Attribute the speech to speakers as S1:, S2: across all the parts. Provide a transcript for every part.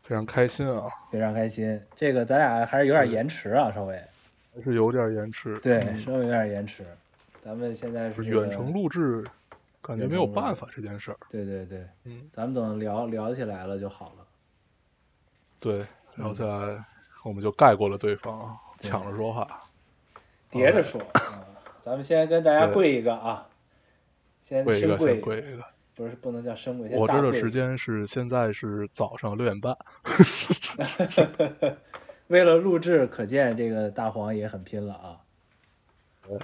S1: 非常开心啊，
S2: 非常开心。这个咱俩还是有点延迟啊，稍微
S1: 还是有点延迟，
S2: 对，稍微有点延迟。咱们现在是
S1: 嗯就是
S2: 这个
S1: 远程，录制，感觉没有办法这件事儿。
S2: 对对对，
S1: 嗯，
S2: 咱们等聊聊起来了就好了。
S1: 对，然
S2: 嗯
S1: 后再我们就盖过了对方，啊抢着说话。
S2: 叠着说，啊咱们先跟大家
S1: 对
S2: 跪一个啊，先
S1: 跪一
S2: 深
S1: 个，
S2: 跪
S1: 先，跪一个。
S2: 不是不能叫深跪，先
S1: 我
S2: 大
S1: 这儿的
S2: 跪
S1: 时间是现在是早上六点半，
S2: 为了录制，可见这个大黄也很拼了啊。嗯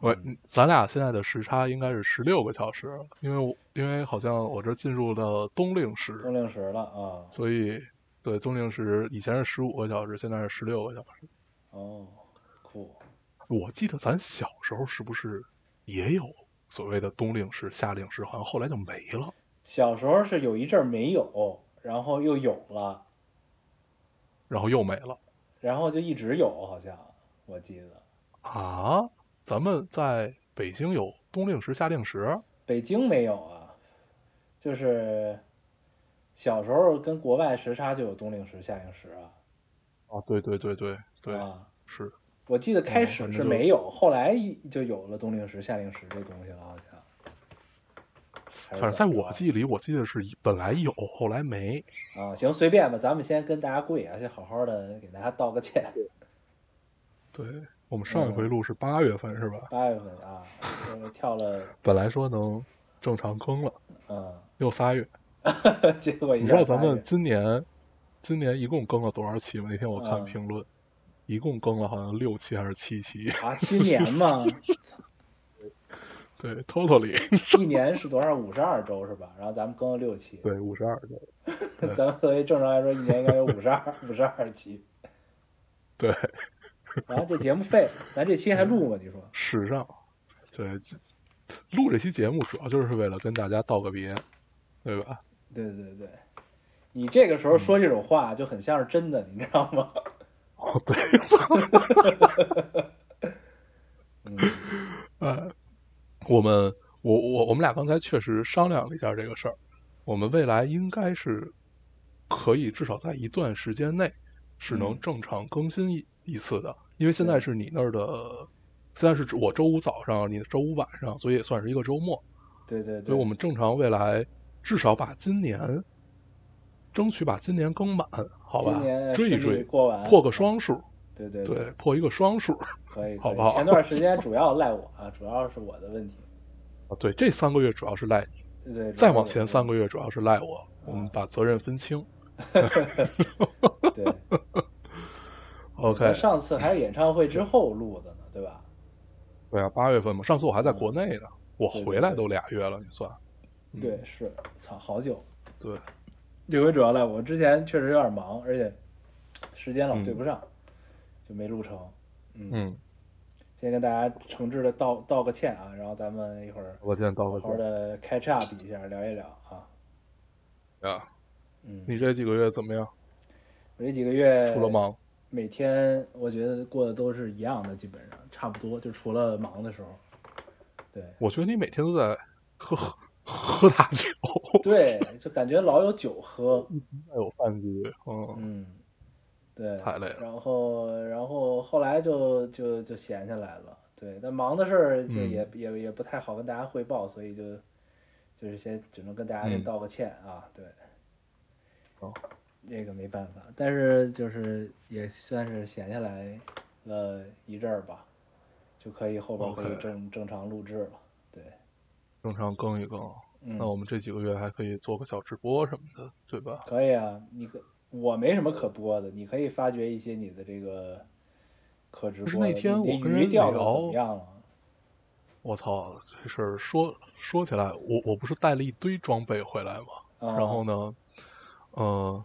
S1: 我嗯咱俩现在的时差应该是十六个小时，因为我因为好像我这进入了冬令时，
S2: 冬令时了啊，
S1: 所以对冬令时以前是十五个小时，现在是十六个小时。
S2: 哦，酷，
S1: 我记得咱小时候是不是也有所谓的冬令时、夏令时？好像后来就没了。
S2: 小时候是有一阵儿没有，然后又有了，
S1: 然后又没了
S2: 然后就一直有，好像我记得。
S1: 啊！咱们在北京有冬令时、夏令时，
S2: 北京没有啊，就是小时候跟国外时差就有冬令时、夏令时啊。
S1: 啊，对对对对对，
S2: 啊，
S1: 是
S2: 我记得开始
S1: 嗯
S2: 是没有，后来就有了冬令时、夏令时这东西了，好像。
S1: 反
S2: 反
S1: 正在我记忆里，我记得是本来有，后来没。
S2: 啊，行，随便吧，咱们先跟大家跪啊，先好好的给大家道个歉。
S1: 对我们上一回录是八月份是吧？
S2: 八月份啊，就是跳了，
S1: 本来说能正常更了，
S2: 嗯，
S1: 又仨月。
S2: 结果一
S1: 你知
S2: 下
S1: 道咱
S2: 仨
S1: 们
S2: 月
S1: 今年今年一共更了多少期吗？那天我看
S2: 嗯
S1: 评论，一共更了好像六期还是七期。
S2: 啊，今年嘛，
S1: 对，totally
S2: 一年是多少？五十二周是吧？然后咱们更了六期，
S1: 对五十二个。对
S2: 咱们作为正常来说，一年应该有五十二五十二期。
S1: 对，
S2: 然后这节目废，咱这期还录吗？你说
S1: 时尚，对，这录这期节目主要就是为了跟大家道个别，对吧？
S2: 对对对，你这个时候说这种话就很像是真的，你知道吗？
S1: 哦，对，
S2: 嗯，
S1: 呃，我们我我我们俩刚才确实商量了一下这个事儿，我们未来应该是可以至少在一段时间内是能
S2: 嗯
S1: 正常更新一一次的，因为现在是你那儿的，现在是指我周五早上，你周五晚上，所以也算是一个周末，
S2: 对对对，
S1: 所以我们正常未来至少把今年争取把今年更满，好吧
S2: 今年？
S1: 追一
S2: 顺利
S1: 追，
S2: 过完
S1: 破个双数，
S2: 对对
S1: 对，破一个双数啊！
S2: 可以，
S1: 好
S2: 可以
S1: 不好
S2: 前段时间主要赖我啊， 主要是我的问题。
S1: 啊对，这三个月主要是赖你，
S2: 对，
S1: 再往前三
S2: 个
S1: 个月主要是赖我，我们把责任分清。
S2: 对
S1: OK，
S2: 咱啊上次还是演唱会之后录的呢，对吧？
S1: 对啊，八月份嘛，上次我还在国内
S2: 嗯
S1: 呢，我
S2: 对对
S1: 回来
S2: 对
S1: 都俩月了，你算嗯
S2: 对，是，操，好久。
S1: 对
S2: 这回主要赖我，之前确实有点忙，而且时间老
S1: 嗯
S2: 对不上，就没录成。
S1: 嗯，
S2: 先跟大家诚挚的道道个歉啊，然后咱们一会儿
S1: 我现在道
S2: 好
S1: 个
S2: 好
S1: 歉
S2: 的 catch up 一下，聊一聊啊。
S1: 啊。
S2: 嗯，
S1: 你这几个月怎么样？
S2: 我这几个月
S1: 出了？忙？
S2: 每天我觉得过得都是一样的，基本上差不多，就除了忙的时候。对，
S1: 我觉得你每天都在喝喝 喝大酒，
S2: 对，就感觉老有酒喝，
S1: 还有饭局，嗯，
S2: 嗯，对，
S1: 太累了
S2: 然后，然后后来就就就闲下来了，对。但忙的事儿就
S1: 嗯
S2: 也、也也不太好跟大家汇报，所以就就是先只能跟大家先
S1: 嗯
S2: 道个歉啊，对。
S1: 好
S2: 这个没办法，但是就是也算是闲下来了一阵儿吧，就可以后边可以
S1: OK
S2: 正正常录制了，对。
S1: 正常更一更。
S2: 嗯，
S1: 那我们这几个月还可以做个小直播什么的，对吧？
S2: 可以啊，你可我没什么可播的，你可以发掘一些你的这个可直播的。
S1: 不是那天
S2: 你
S1: 我
S2: 你
S1: 跟
S2: 鱼
S1: 人
S2: 钓的怎
S1: 聊
S2: 么样了？
S1: 我操，这事儿说说起来，我我不是带了一堆装备回来吗？
S2: 啊、
S1: 然后呢，呃，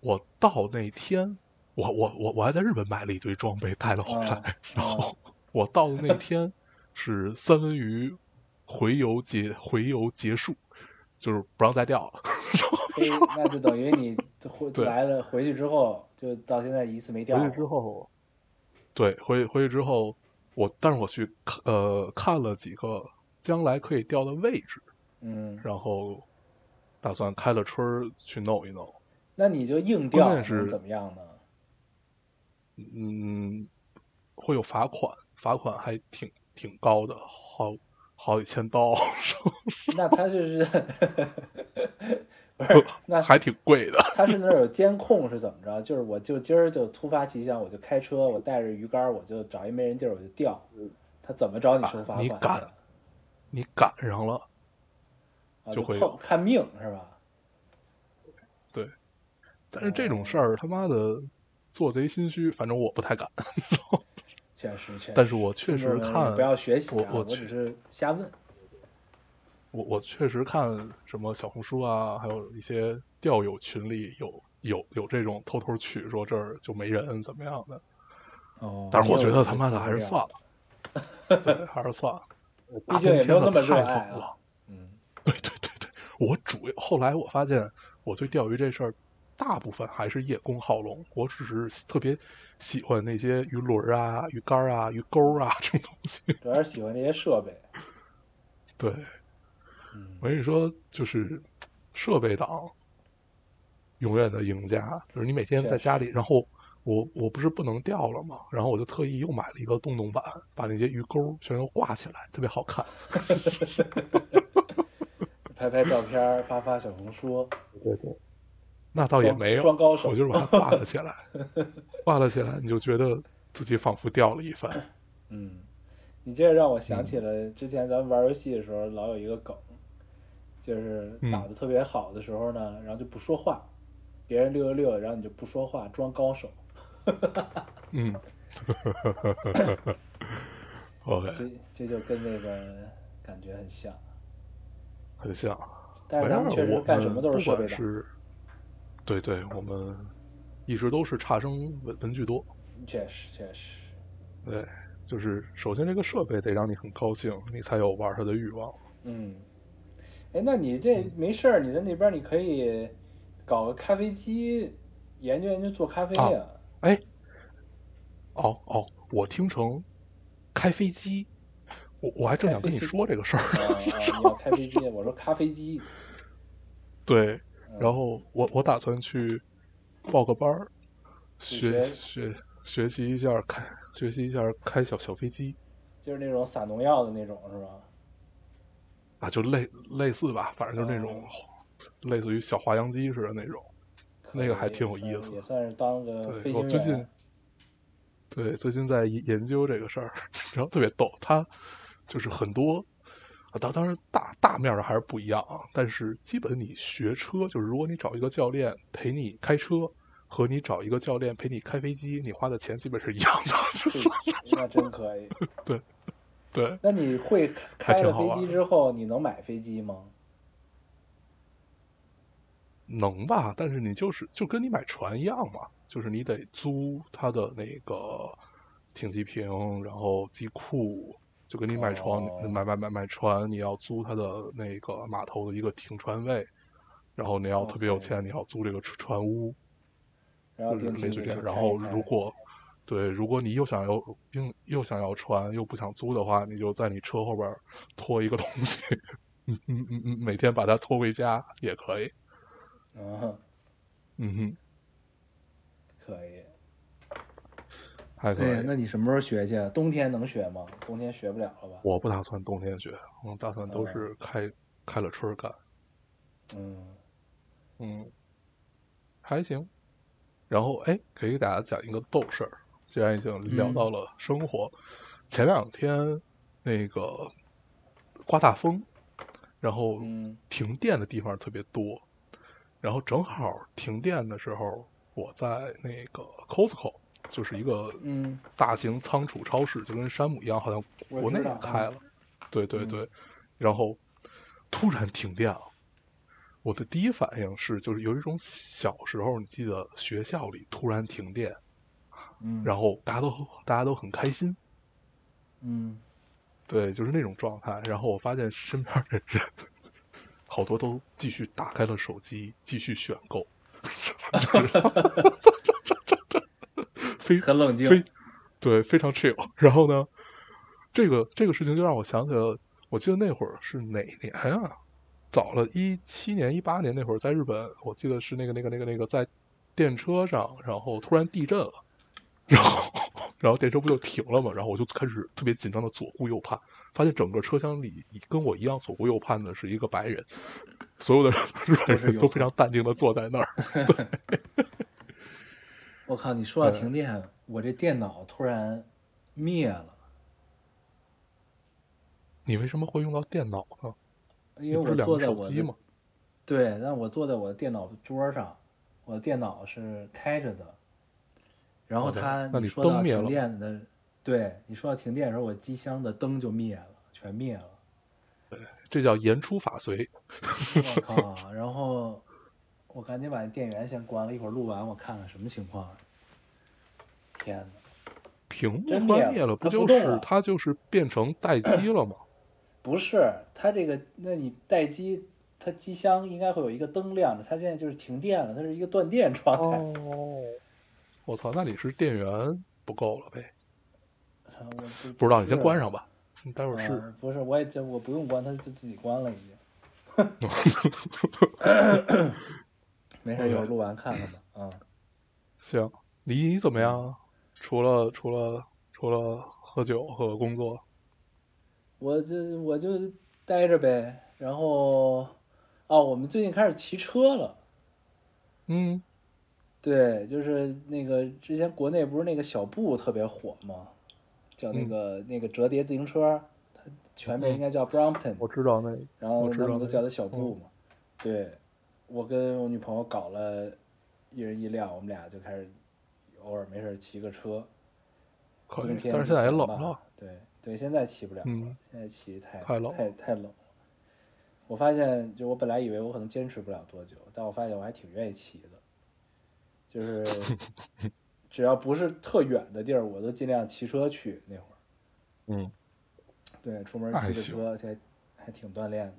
S1: 我到那天，我我我我还在日本买了一堆装备带了回来，
S2: 啊
S1: 然后我到的那天是三文鱼回游结回游结束，就是不让再钓了。
S2: 啊所以那就等于 你回
S1: 对
S2: 来了回去之后，就到现在一次没钓
S1: 回
S2: 过。
S1: 去之后，对，回回去之后，我但是我去看呃看了几个将来可以钓的位置，
S2: 嗯，
S1: 然后打算开了春儿去弄一弄。
S2: 那你就硬
S1: 关
S2: 钓
S1: 键
S2: 能
S1: 是
S2: 怎么样呢？
S1: 嗯，会有罚款，罚款还挺挺高的，好好几千刀，
S2: 那他就是 不是？那
S1: 还挺贵的。
S2: 他是那儿有监控是怎么着？就是我就今儿就突发奇想，我就开车，我带着鱼竿儿，我就找一没人地儿我就钓。他怎么找你收罚款
S1: 嗯啊你
S2: 的？
S1: 敢你赶上了，
S2: 啊
S1: 就会
S2: 碰看命是吧？
S1: 但是这种
S2: 嗯
S1: 事儿他妈的做贼心虚，反正我不太敢。
S2: 确实，确实。
S1: 但是我确实
S2: 听众朋友
S1: 看
S2: 们不，要学习啊，
S1: 我
S2: 我
S1: 我
S2: 只
S1: 去
S2: 是瞎问。
S1: 我我确实看什么小红书啊，还有一些钓友群里有有有这种偷偷去说这儿就没人怎么样的，
S2: 哦
S1: 但是我觉得他妈的还是算 了，对，还是算了。
S2: 毕竟也没有那么热
S1: 太
S2: 爱
S1: 狠了
S2: 啊。。嗯，
S1: 对对对对，我主要后来我发现，我对钓鱼这事儿，大部分还是叶公好龙，我只是特别喜欢那些鱼轮儿啊、鱼竿儿啊、鱼钩儿啊这种东西。
S2: 主要是喜欢这些设备。
S1: 对，
S2: 嗯
S1: 我跟你说，就是设备党永远的赢家，就是你每天在家里，然后我我不是不能钓了吗？然后我就特意又买了一个洞洞板，把那些鱼钩儿全都挂起来，特别好看。
S2: 拍拍照片儿，发发小红书，
S1: 对对，那倒也
S2: 装
S1: 没有，
S2: 装高手
S1: 我就是把它挂了 起来，挂了起来，你就觉得自己仿佛钓了一番。
S2: 嗯，你这让我想
S1: 嗯
S2: 起了之前咱们玩游戏的时候，老有一个梗，就是
S1: 嗯
S2: 打的特别好的时候呢，然后就不说话，别人六六六，然后你就不说话，装高手。
S1: 嗯，OK，
S2: 这这就跟那个感觉很像，
S1: 很像。
S2: 但是咱们确
S1: 没
S2: 实
S1: 事儿
S2: 干什么都是
S1: 我们
S2: 设
S1: 不
S2: 备
S1: 管
S2: 党，
S1: 是，对对，我们一直都是差生文文具多。
S2: 确实确实，
S1: 对，就是首先这个设备得让你很高兴，你才有玩它的欲望。
S2: 嗯，哎，那你这
S1: 嗯
S2: 没事儿，你在那边你可以搞个咖啡机，研究研究做咖啡
S1: 啊
S2: 呀、
S1: 哎，哦哦，我听成开飞机，我我还正想跟你说这个事儿。
S2: 啊啊！你要开飞机，我说咖啡机，
S1: 对，
S2: 嗯
S1: 然后我我打算去报个班儿，学
S2: 学
S1: 学学习一下儿开学习一下儿开小小飞机
S2: 就是那种撒农药的那种，是吧？
S1: 啊，就类类似吧，反正就是那种
S2: 哦
S1: 类似于小滑翔机似的那种。那个还挺有意思
S2: 也算是当个飞
S1: 对，我
S2: 行
S1: 最近
S2: 员。
S1: 对最近在研研究这个事儿， 然后特别逗，它就是很多。啊当当然大大面儿上还是不一样啊，但是基本你学车，就是如果你找一个教练陪你开车，和你找一个教练陪你开飞机，你花的钱基本是一样的。就是
S2: 对那真可以。
S1: 对，
S2: 那你会开
S1: 还挺
S2: 了
S1: 好玩
S2: 飞机之后，你能买飞机吗？
S1: 能吧？但是你就是就跟你买船一样嘛，就是你得租它的那个挺机坪，然后机库，就跟你买船、
S2: 哦
S1: 买买买买船，你要租它的那个码头的一个停船位，然后你要特别有
S2: 哦 OK
S1: 钱，你要租这个船船屋，
S2: 然后
S1: 就是
S2: 定期
S1: 类
S2: 你
S1: 似于
S2: 去
S1: 这样。
S2: 开
S1: 然后
S2: 一开
S1: 如果对，如果你又想要又又想要船，又不想租的话，你就在你车后边儿拖一个东西， 嗯嗯嗯嗯，每天把它拖回家也可以。
S2: 嗯，
S1: 嗯哼，
S2: 可以。
S1: 还可以。
S2: 对，那你什么时候学去啊？冬天能学吗？冬天学不了了吧？
S1: 我不打算冬天学，我打算
S2: 哦
S1: 都是开、开了春儿干。
S2: 嗯，
S1: 嗯，还行。然后哎，给给大家讲一个逗事儿。既然已经聊
S2: 嗯
S1: 到了生活，前两天那个刮大风，然后
S2: 嗯
S1: 停电的地方特别多，然后正好停电的时候，我在那个 Costco，就是一个
S2: 嗯
S1: 大型仓储超市，就跟山姆一样，好像国内也开了。对对对，然后突然停电了，我的第一反应是，就是有一种小时候，你记得学校里突然停电，
S2: 嗯，
S1: 然后大家都大家都很开心，
S2: 嗯，
S1: 对，就是那种状态。然后我发现身边的人好多都继续打开了手机，继续选购， 就是非
S2: 很冷静，
S1: 非对非常 chill。然后呢，这个这个事情就让我想起了，我记得那会儿是哪年啊？早了一七年、一八年那会儿，在日本，我记得是那个、那个、那个、那个，在电车上，然后突然地震了，然后然后电车不就停了嘛？然后我就开始特别紧张的左顾右盼，发现整个车厢里跟我一样左顾右盼的是一个白人，所有的日本人都非常淡定的坐在那儿。
S2: 我靠，你说到停电，我这电脑突然灭了，
S1: 你为什么会用到电脑呢？
S2: 因
S1: 你
S2: 为
S1: 不是
S2: 我
S1: 两
S2: 坐
S1: 个
S2: 在
S1: 手
S2: 我
S1: 机
S2: 的
S1: 吗？
S2: 对，但我坐在我的电脑桌上，我的电脑是开着的。然后
S1: OK，
S2: 它
S1: 那
S2: 你
S1: 你
S2: 说
S1: 灯
S2: 到
S1: 灭
S2: 停
S1: 了
S2: 电的，对你说到停电的时候，我机箱的灯就灭了，全灭了。
S1: 这叫言出法随。
S2: 我 靠！然后我赶紧把电源先关了，一会儿录完我看看什么情况。天哪！
S1: 屏幕
S2: 真
S1: 关
S2: 灭
S1: 灭
S2: 了
S1: 了，
S2: 它
S1: 就
S2: 不动啊
S1: 是
S2: 了
S1: 它就是变成待机了吗？
S2: 不是，它这个，那你待机，它机箱应该会有一个灯亮着，它现在就是停电了，它是一个断电状态。
S1: 哦，我操，那你是电源不够了呗？
S2: 啊 我不
S1: 不知道，你先
S2: 是
S1: 关上吧，你待会儿
S2: 呃
S1: 试。
S2: 不是，我也就我不用关，它就自己关了已经。没事，一会儿
S1: OK
S2: 录完看看吧。嗯，
S1: 行，你你怎么样啊？除了除了除了喝酒和工作，
S2: 我就我就待着呗。然后，哦，我们最近开始骑车了。
S1: 嗯，
S2: 对，就是那个之前国内不是那个小布特别火吗？叫那
S1: 嗯
S2: 个、那个折叠自行车，它全名应该叫 Brompton，、
S1: 我知道那个，
S2: 然后
S1: 我知
S2: 他
S1: 道
S2: 们都
S1: 那
S2: 叫
S1: 个嗯
S2: 它小布嘛。对，我跟我女朋友搞了一人一辆，我们俩就开始偶尔没事儿骑个车。
S1: 可
S2: 冬
S1: 以，
S2: 天
S1: 但是
S2: 之
S1: 现在也
S2: 前
S1: 冷
S2: 吧
S1: 了。。
S2: 对对，现在骑不了了，
S1: 嗯
S2: 现在骑太
S1: 太冷
S2: 太太冷了。我发现，就我本来以为我可能坚持不了多久，但我发现我还挺愿意骑的，就是 只要不是特远的地儿，我都尽量骑车去。那会儿，
S1: 嗯，
S2: 对，出门
S1: 那
S2: 骑
S1: 还
S2: 个
S1: 行
S2: 车还还挺锻炼的，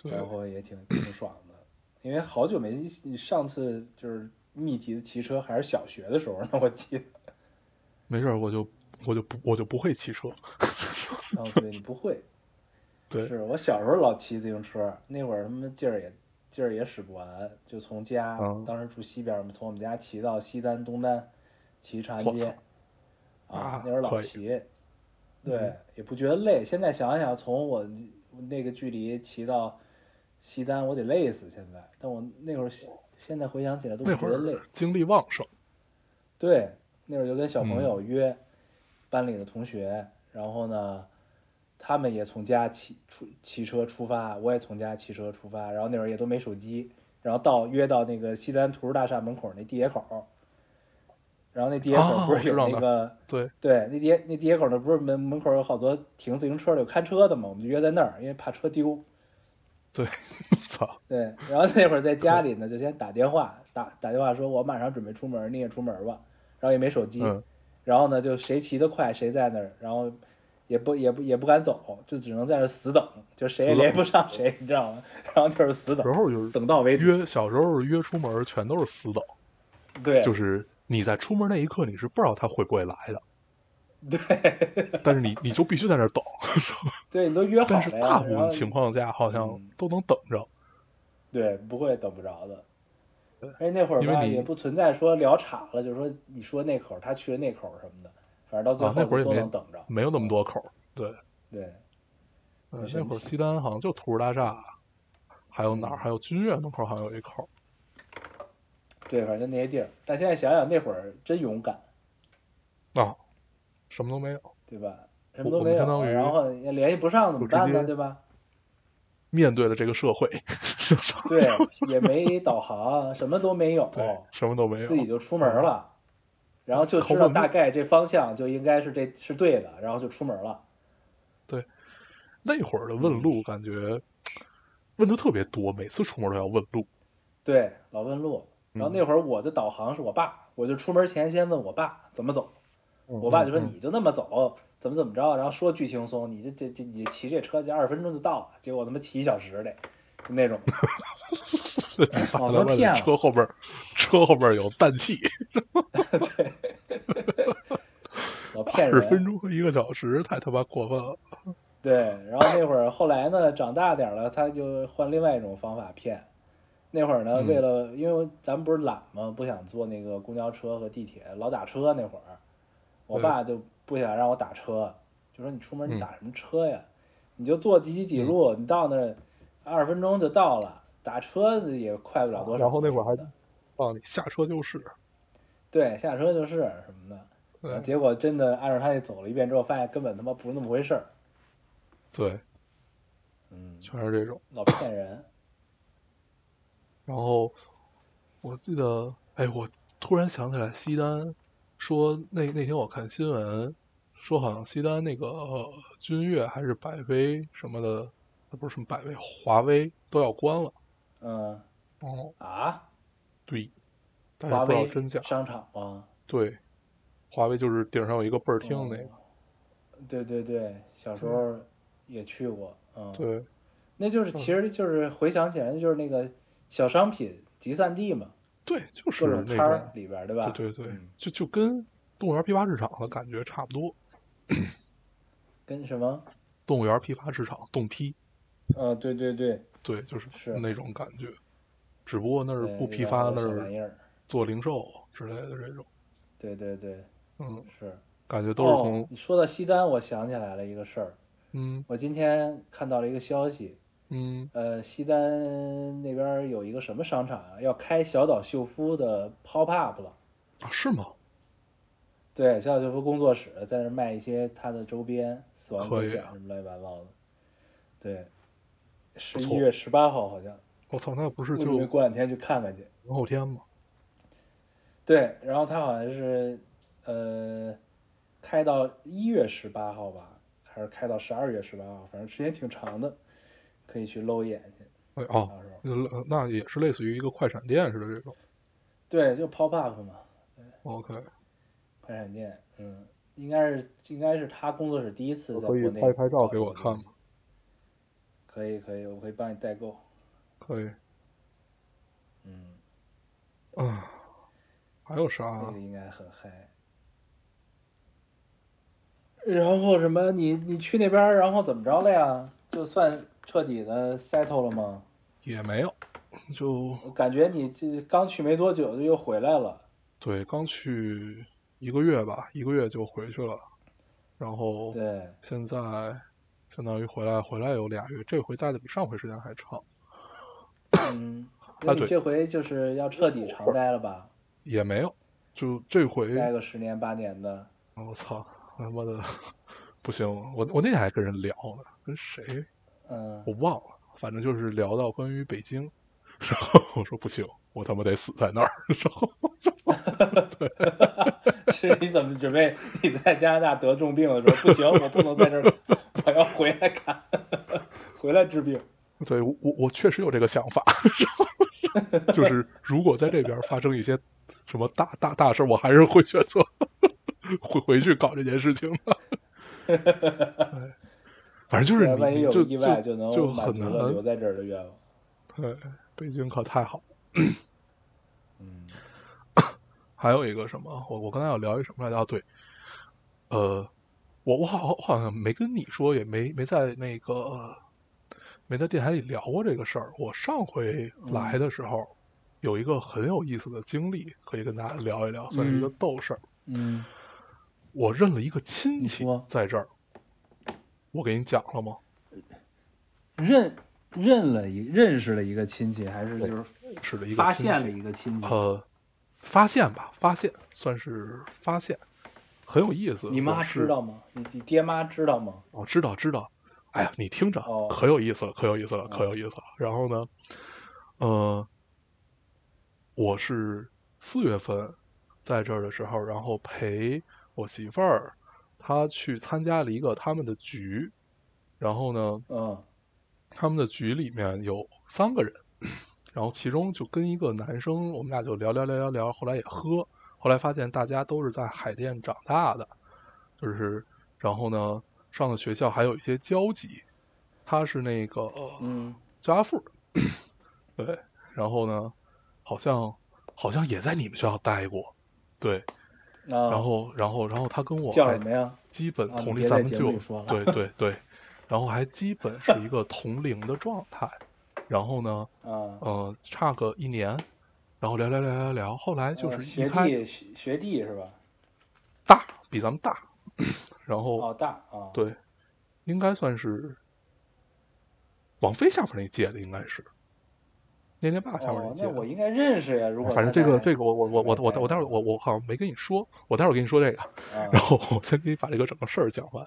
S1: 对，
S2: 然后也挺挺爽的。因为好久没上次就是密集的骑车，还是小学的时候呢，我记得。
S1: 没事儿，我就我就不我就不会骑车。
S2: 哦，对你不会，
S1: 对，
S2: 是我小时候老骑自行车，那会儿他妈劲儿也劲儿也使不完，就从家、
S1: 嗯
S2: 当时住西边儿嘛，从我们家骑到西单、东单，骑长安
S1: 我
S2: 街
S1: 操，啊
S2: 那会儿
S1: 可
S2: 老
S1: 以嗯
S2: 骑，对、也不觉得累。现在想想，从我那个距离骑到西单，我得累死。现在，但我那会儿现在回想起来都不
S1: 那会
S2: 觉得累
S1: 儿。精力旺盛。
S2: 对，那会儿就跟小朋
S1: 嗯
S2: 友约班里的同学，然后呢，他们也从家骑出骑车出发，我也从家骑车出发，然后那会儿也都没手机，然后到约到那个西单图书大厦门口那地铁口儿，然后那地铁口儿
S1: 啊
S2: 不
S1: 我
S2: 是
S1: 知
S2: 有
S1: 道
S2: 那
S1: 那儿
S2: 个、
S1: 对，
S2: 对，那地那地铁口那不是门门口有好多停自行车的、有看车的嘛，我们就约在那儿，因为怕车丢。
S1: 对， 操，
S2: 对，然后那会儿在家里呢，就先打电话，打打电话说，我马上准备出门，你也出门吧，然后也没手机，
S1: 嗯
S2: 然后呢，就谁骑得快谁在那儿，然后也不也不也不敢走，就只能在那儿死等，就谁也
S1: 死等
S2: 连不上谁，你知道吗？ 然后就是死等
S1: 时，候就是
S2: 等到为止。
S1: 约小时候约出门全都是死等，
S2: 对，
S1: 就是你在出门那一刻你是不知道他会不会来的，
S2: 对，
S1: 但是你你就必须在那儿等。
S2: 对你都约好
S1: 但是
S2: 了
S1: 大
S2: 呀，
S1: 部
S2: 然后
S1: 分情况下好像
S2: 嗯
S1: 都能等着，
S2: 对不会等不着的。而且那会儿
S1: 呃因为
S2: 吧，
S1: 你
S2: 也不存在说聊岔了，就是说你说那口儿他去了那口儿什么的，反正到最
S1: 啊那会
S2: 后都
S1: 儿也没
S2: 能等着。
S1: 没有那么多口儿。对，
S2: 对，
S1: 呃
S2: 很神
S1: 那会儿
S2: 奇嗯
S1: 西单好像就图书大厦，还有哪儿？还有君悦门口好像有一口儿。
S2: 对，反正那些地儿。但现在想想那会儿真勇敢，
S1: 啊，什么都没有，
S2: 对吧？什么
S1: 我
S2: 都
S1: 我
S2: 没
S1: 们
S2: 有
S1: 相当，于
S2: 然后也联系不上怎么
S1: 就直
S2: 办呢？
S1: 接
S2: 对吧？
S1: 面对了这个社会，
S2: 对，也没导航，什么都没有，
S1: 对，什么都没有
S2: 哦自。己就出门了，然后就知道大概这方向就应该是这是对的，然后就出门了。嗯
S1: 那会儿的问路感觉问的特别多，每次出门都要问路。
S2: 对，老问路。
S1: 嗯
S2: 然后那会儿我的导航是我爸，我就出门前先问我爸怎么走，我爸就说
S1: 嗯
S2: 你就那么走，怎么怎么着，然后说巨轻松，你这这这你骑这车就二十分钟就到了，结果他妈骑一小时嘞，就那种。
S1: 你爸
S2: 哦都
S1: 在外
S2: 骗
S1: 面
S2: 了
S1: 车后边， 车后边有氮气，
S2: 我 骗
S1: 二十
S2: 人。
S1: 分钟一个小时，太他妈过分了。
S2: 对，然后那会儿后来呢，长大点儿了，他就换另外一种方法骗。那会儿呢，
S1: 嗯
S2: 为了因为咱们不是懒嘛，不想坐那个公交车和地铁，老打车。那会儿，我
S1: 对
S2: 爸就不想让我打车，就说你出门
S1: 嗯
S2: 你打什么车呀？你就坐几几几路，你到那儿二十分钟就到了，打车也快不了多少。
S1: 然后那会儿还
S2: 什么的
S1: 啊，你下车就是，
S2: 对下车就是什么的，
S1: 对
S2: 结果真的按照他那走了一遍之后，发现根本他妈不是那么回事儿。
S1: 对，
S2: 嗯，
S1: 全是这种。
S2: 老骗人。
S1: 然后我记得，哎，我突然想起来，西单说那那天我看新闻说，好像西单那个、呃君悦还是百威什么的，呃不是什么百威，华威都要关了。
S2: 嗯
S1: 哦，
S2: 啊，
S1: 对，但是
S2: 华
S1: 不知道
S2: 为
S1: 真假。
S2: 商场吗？
S1: 对，华为就是顶上有一个倍儿厅那个。
S2: 对对对，小时候也去过，嗯，，
S1: 对，
S2: 那就是其实就是回想起来，就是那个小商品集散地嘛，
S1: 对，就是
S2: 各种
S1: 那
S2: 摊儿
S1: 种。
S2: 里边儿，对吧？
S1: 对对对，
S2: 嗯
S1: 就就跟动物园批发市场的感觉差不多。
S2: 跟什么？
S1: 动物园批发市场，动批。
S2: 嗯，对对对，
S1: 对，就是
S2: 是
S1: 那种感觉，只不过那儿
S2: 对
S1: 不
S2: 里
S1: 批
S2: 边
S1: 发
S2: 有，
S1: 那
S2: 小玩
S1: 儿
S2: 意儿，
S1: 做零售之类的这种，
S2: 对对对，
S1: 嗯，
S2: 是。
S1: 感觉都是
S2: 哦
S1: 从，
S2: 你说到西单，我想起来了一个事儿，
S1: 嗯
S2: 我今天看到了一个消息，
S1: 嗯
S2: 呃，西单那边儿有一个什么商场啊，要开小岛秀夫的 pop up 了。
S1: 啊是吗？
S2: 对，小小秀夫工作室在那儿卖一些他的周边，死亡
S1: 可
S2: 搁
S1: 以
S2: 浅
S1: 啊
S2: 什么乱七八糟的。对，十
S1: 不
S2: 一
S1: 错
S2: 月十八号好像，
S1: 我操，那不是
S2: 我
S1: 就
S2: 准备
S1: 明
S2: 过两天去看看去。
S1: 后天吗？
S2: 对，然后他好像是，呃，开到一月十八号吧，还是开到十二月十八号，反正时间挺长的，可以去搂一眼去。
S1: 哎哦，
S2: 到时候，
S1: 就那也是类似于一个快闪店似的这种。哦
S2: 对，就 pop up 嘛，
S1: OK，
S2: 快闪店，嗯，应该是应该是他工作室第一次在
S1: 可以
S2: 国内
S1: 拍拍照
S2: 搞
S1: 给
S2: 这
S1: 我
S2: 个
S1: 看
S2: 东西。可以可以，我可以帮你代购。
S1: 可以
S2: 嗯，
S1: 啊。还有啥？
S2: 那个应该很嗨。然后什么？你你去那边儿，然后怎么着了呀？就算彻底的 settle 了吗？
S1: 也没有，就
S2: 我感觉你这刚去没多久就又回来了。
S1: 对，刚去一个月吧，一个月就回去了，然后
S2: 对，
S1: 现在相当于回来，回来有俩月，这回待的比上回时间还长，
S2: 嗯，
S1: 啊
S2: 那你
S1: 对
S2: 这回就是要彻底长待了吧？
S1: 也没有，就这回，
S2: 待个十年八年的。
S1: 我操，他妈的不行，我我那天还跟人聊呢，跟谁
S2: 嗯，
S1: 我忘了，反正就是聊到关于北京，然后我说不行，我他妈得死在那儿，然后
S2: 是你怎么准备？你在加拿大得重病的时候，不行，我不能在这儿， 我要回来看， 回来治病。
S1: 对我我我确实有这个想法，然后就是如果在这边发生一些什么大大大事儿，我还是会选择回回去搞这件事情的。哎反正就是
S2: 对万一
S1: 你
S2: 有
S1: 就
S2: 意外，
S1: 就
S2: 能
S1: 就
S2: 满
S1: 很
S2: 足了留
S1: 难。
S2: 在这儿的愿望。
S1: 对，北京可太好。
S2: 嗯，
S1: 还有一个什么，我我刚才要聊一什么来着？啊，对，呃，我我好我好像没跟你说，也没没在那个没在电台里聊过这个事儿。我上回
S2: 嗯
S1: 来的时候、有一个很有意思的经历，可以跟大家聊一聊，算是一个
S2: 嗯
S1: 逗事儿。
S2: 嗯，
S1: 我认了一个亲戚
S2: 你说
S1: 在这儿，我给你讲了吗？
S2: 认认了一认识了一个亲戚，还是就是
S1: 指了一个
S2: 发
S1: 亲
S2: 现
S1: 戚
S2: 了一个亲戚。
S1: 呃，发现吧，发现算是发现，很有意思。
S2: 你妈
S1: 我是
S2: 知道吗？你你爹妈知道吗？
S1: 哦，知道知道。哎呀，你听着，
S2: 哦
S1: 可有意思了，可有意思了，可有意思了。然后呢，呃，我是四月份在这儿的时候，然后陪我媳妇儿，她去参加了一个他们的局。然后呢，
S2: 嗯
S1: 他们的局里面有三个人，然后其中就跟一个男生，我们俩就聊聊聊聊聊，后来也喝，后来发现大家都是在海淀长大的，就是然后呢上的学校还有一些交集，他是那个
S2: 嗯，
S1: 家富，对，然后呢好像好像也在你们学校待过，对，
S2: 啊，
S1: 然后然后然后他跟我
S2: 叫
S1: 还
S2: 什么呀？
S1: 基本
S2: 啊
S1: 同
S2: 你
S1: 龄，
S2: 别
S1: 咱
S2: 在
S1: 们
S2: 节
S1: 就
S2: 目里说了
S1: 对对对，然后还基本是一个同龄的状态，然后呢，
S2: 啊，
S1: 呃，差个一年，然后聊聊聊聊聊，后来就
S2: 呃
S1: 是一
S2: 学
S1: 开
S2: 弟学学弟是吧？
S1: 大比咱们大，然后
S2: 哦，大啊，
S1: 对，应该算是王菲下边那届的，应该是年年爸下边
S2: 哦
S1: 届
S2: 那
S1: 的。
S2: 我应该认识呀。如果
S1: 反正这个这
S2: 个，
S1: 个我我我我我我待会儿我我好像没跟你说，我待会儿跟你说这个。
S2: 啊
S1: 然后我先给你把这个整个事儿讲完，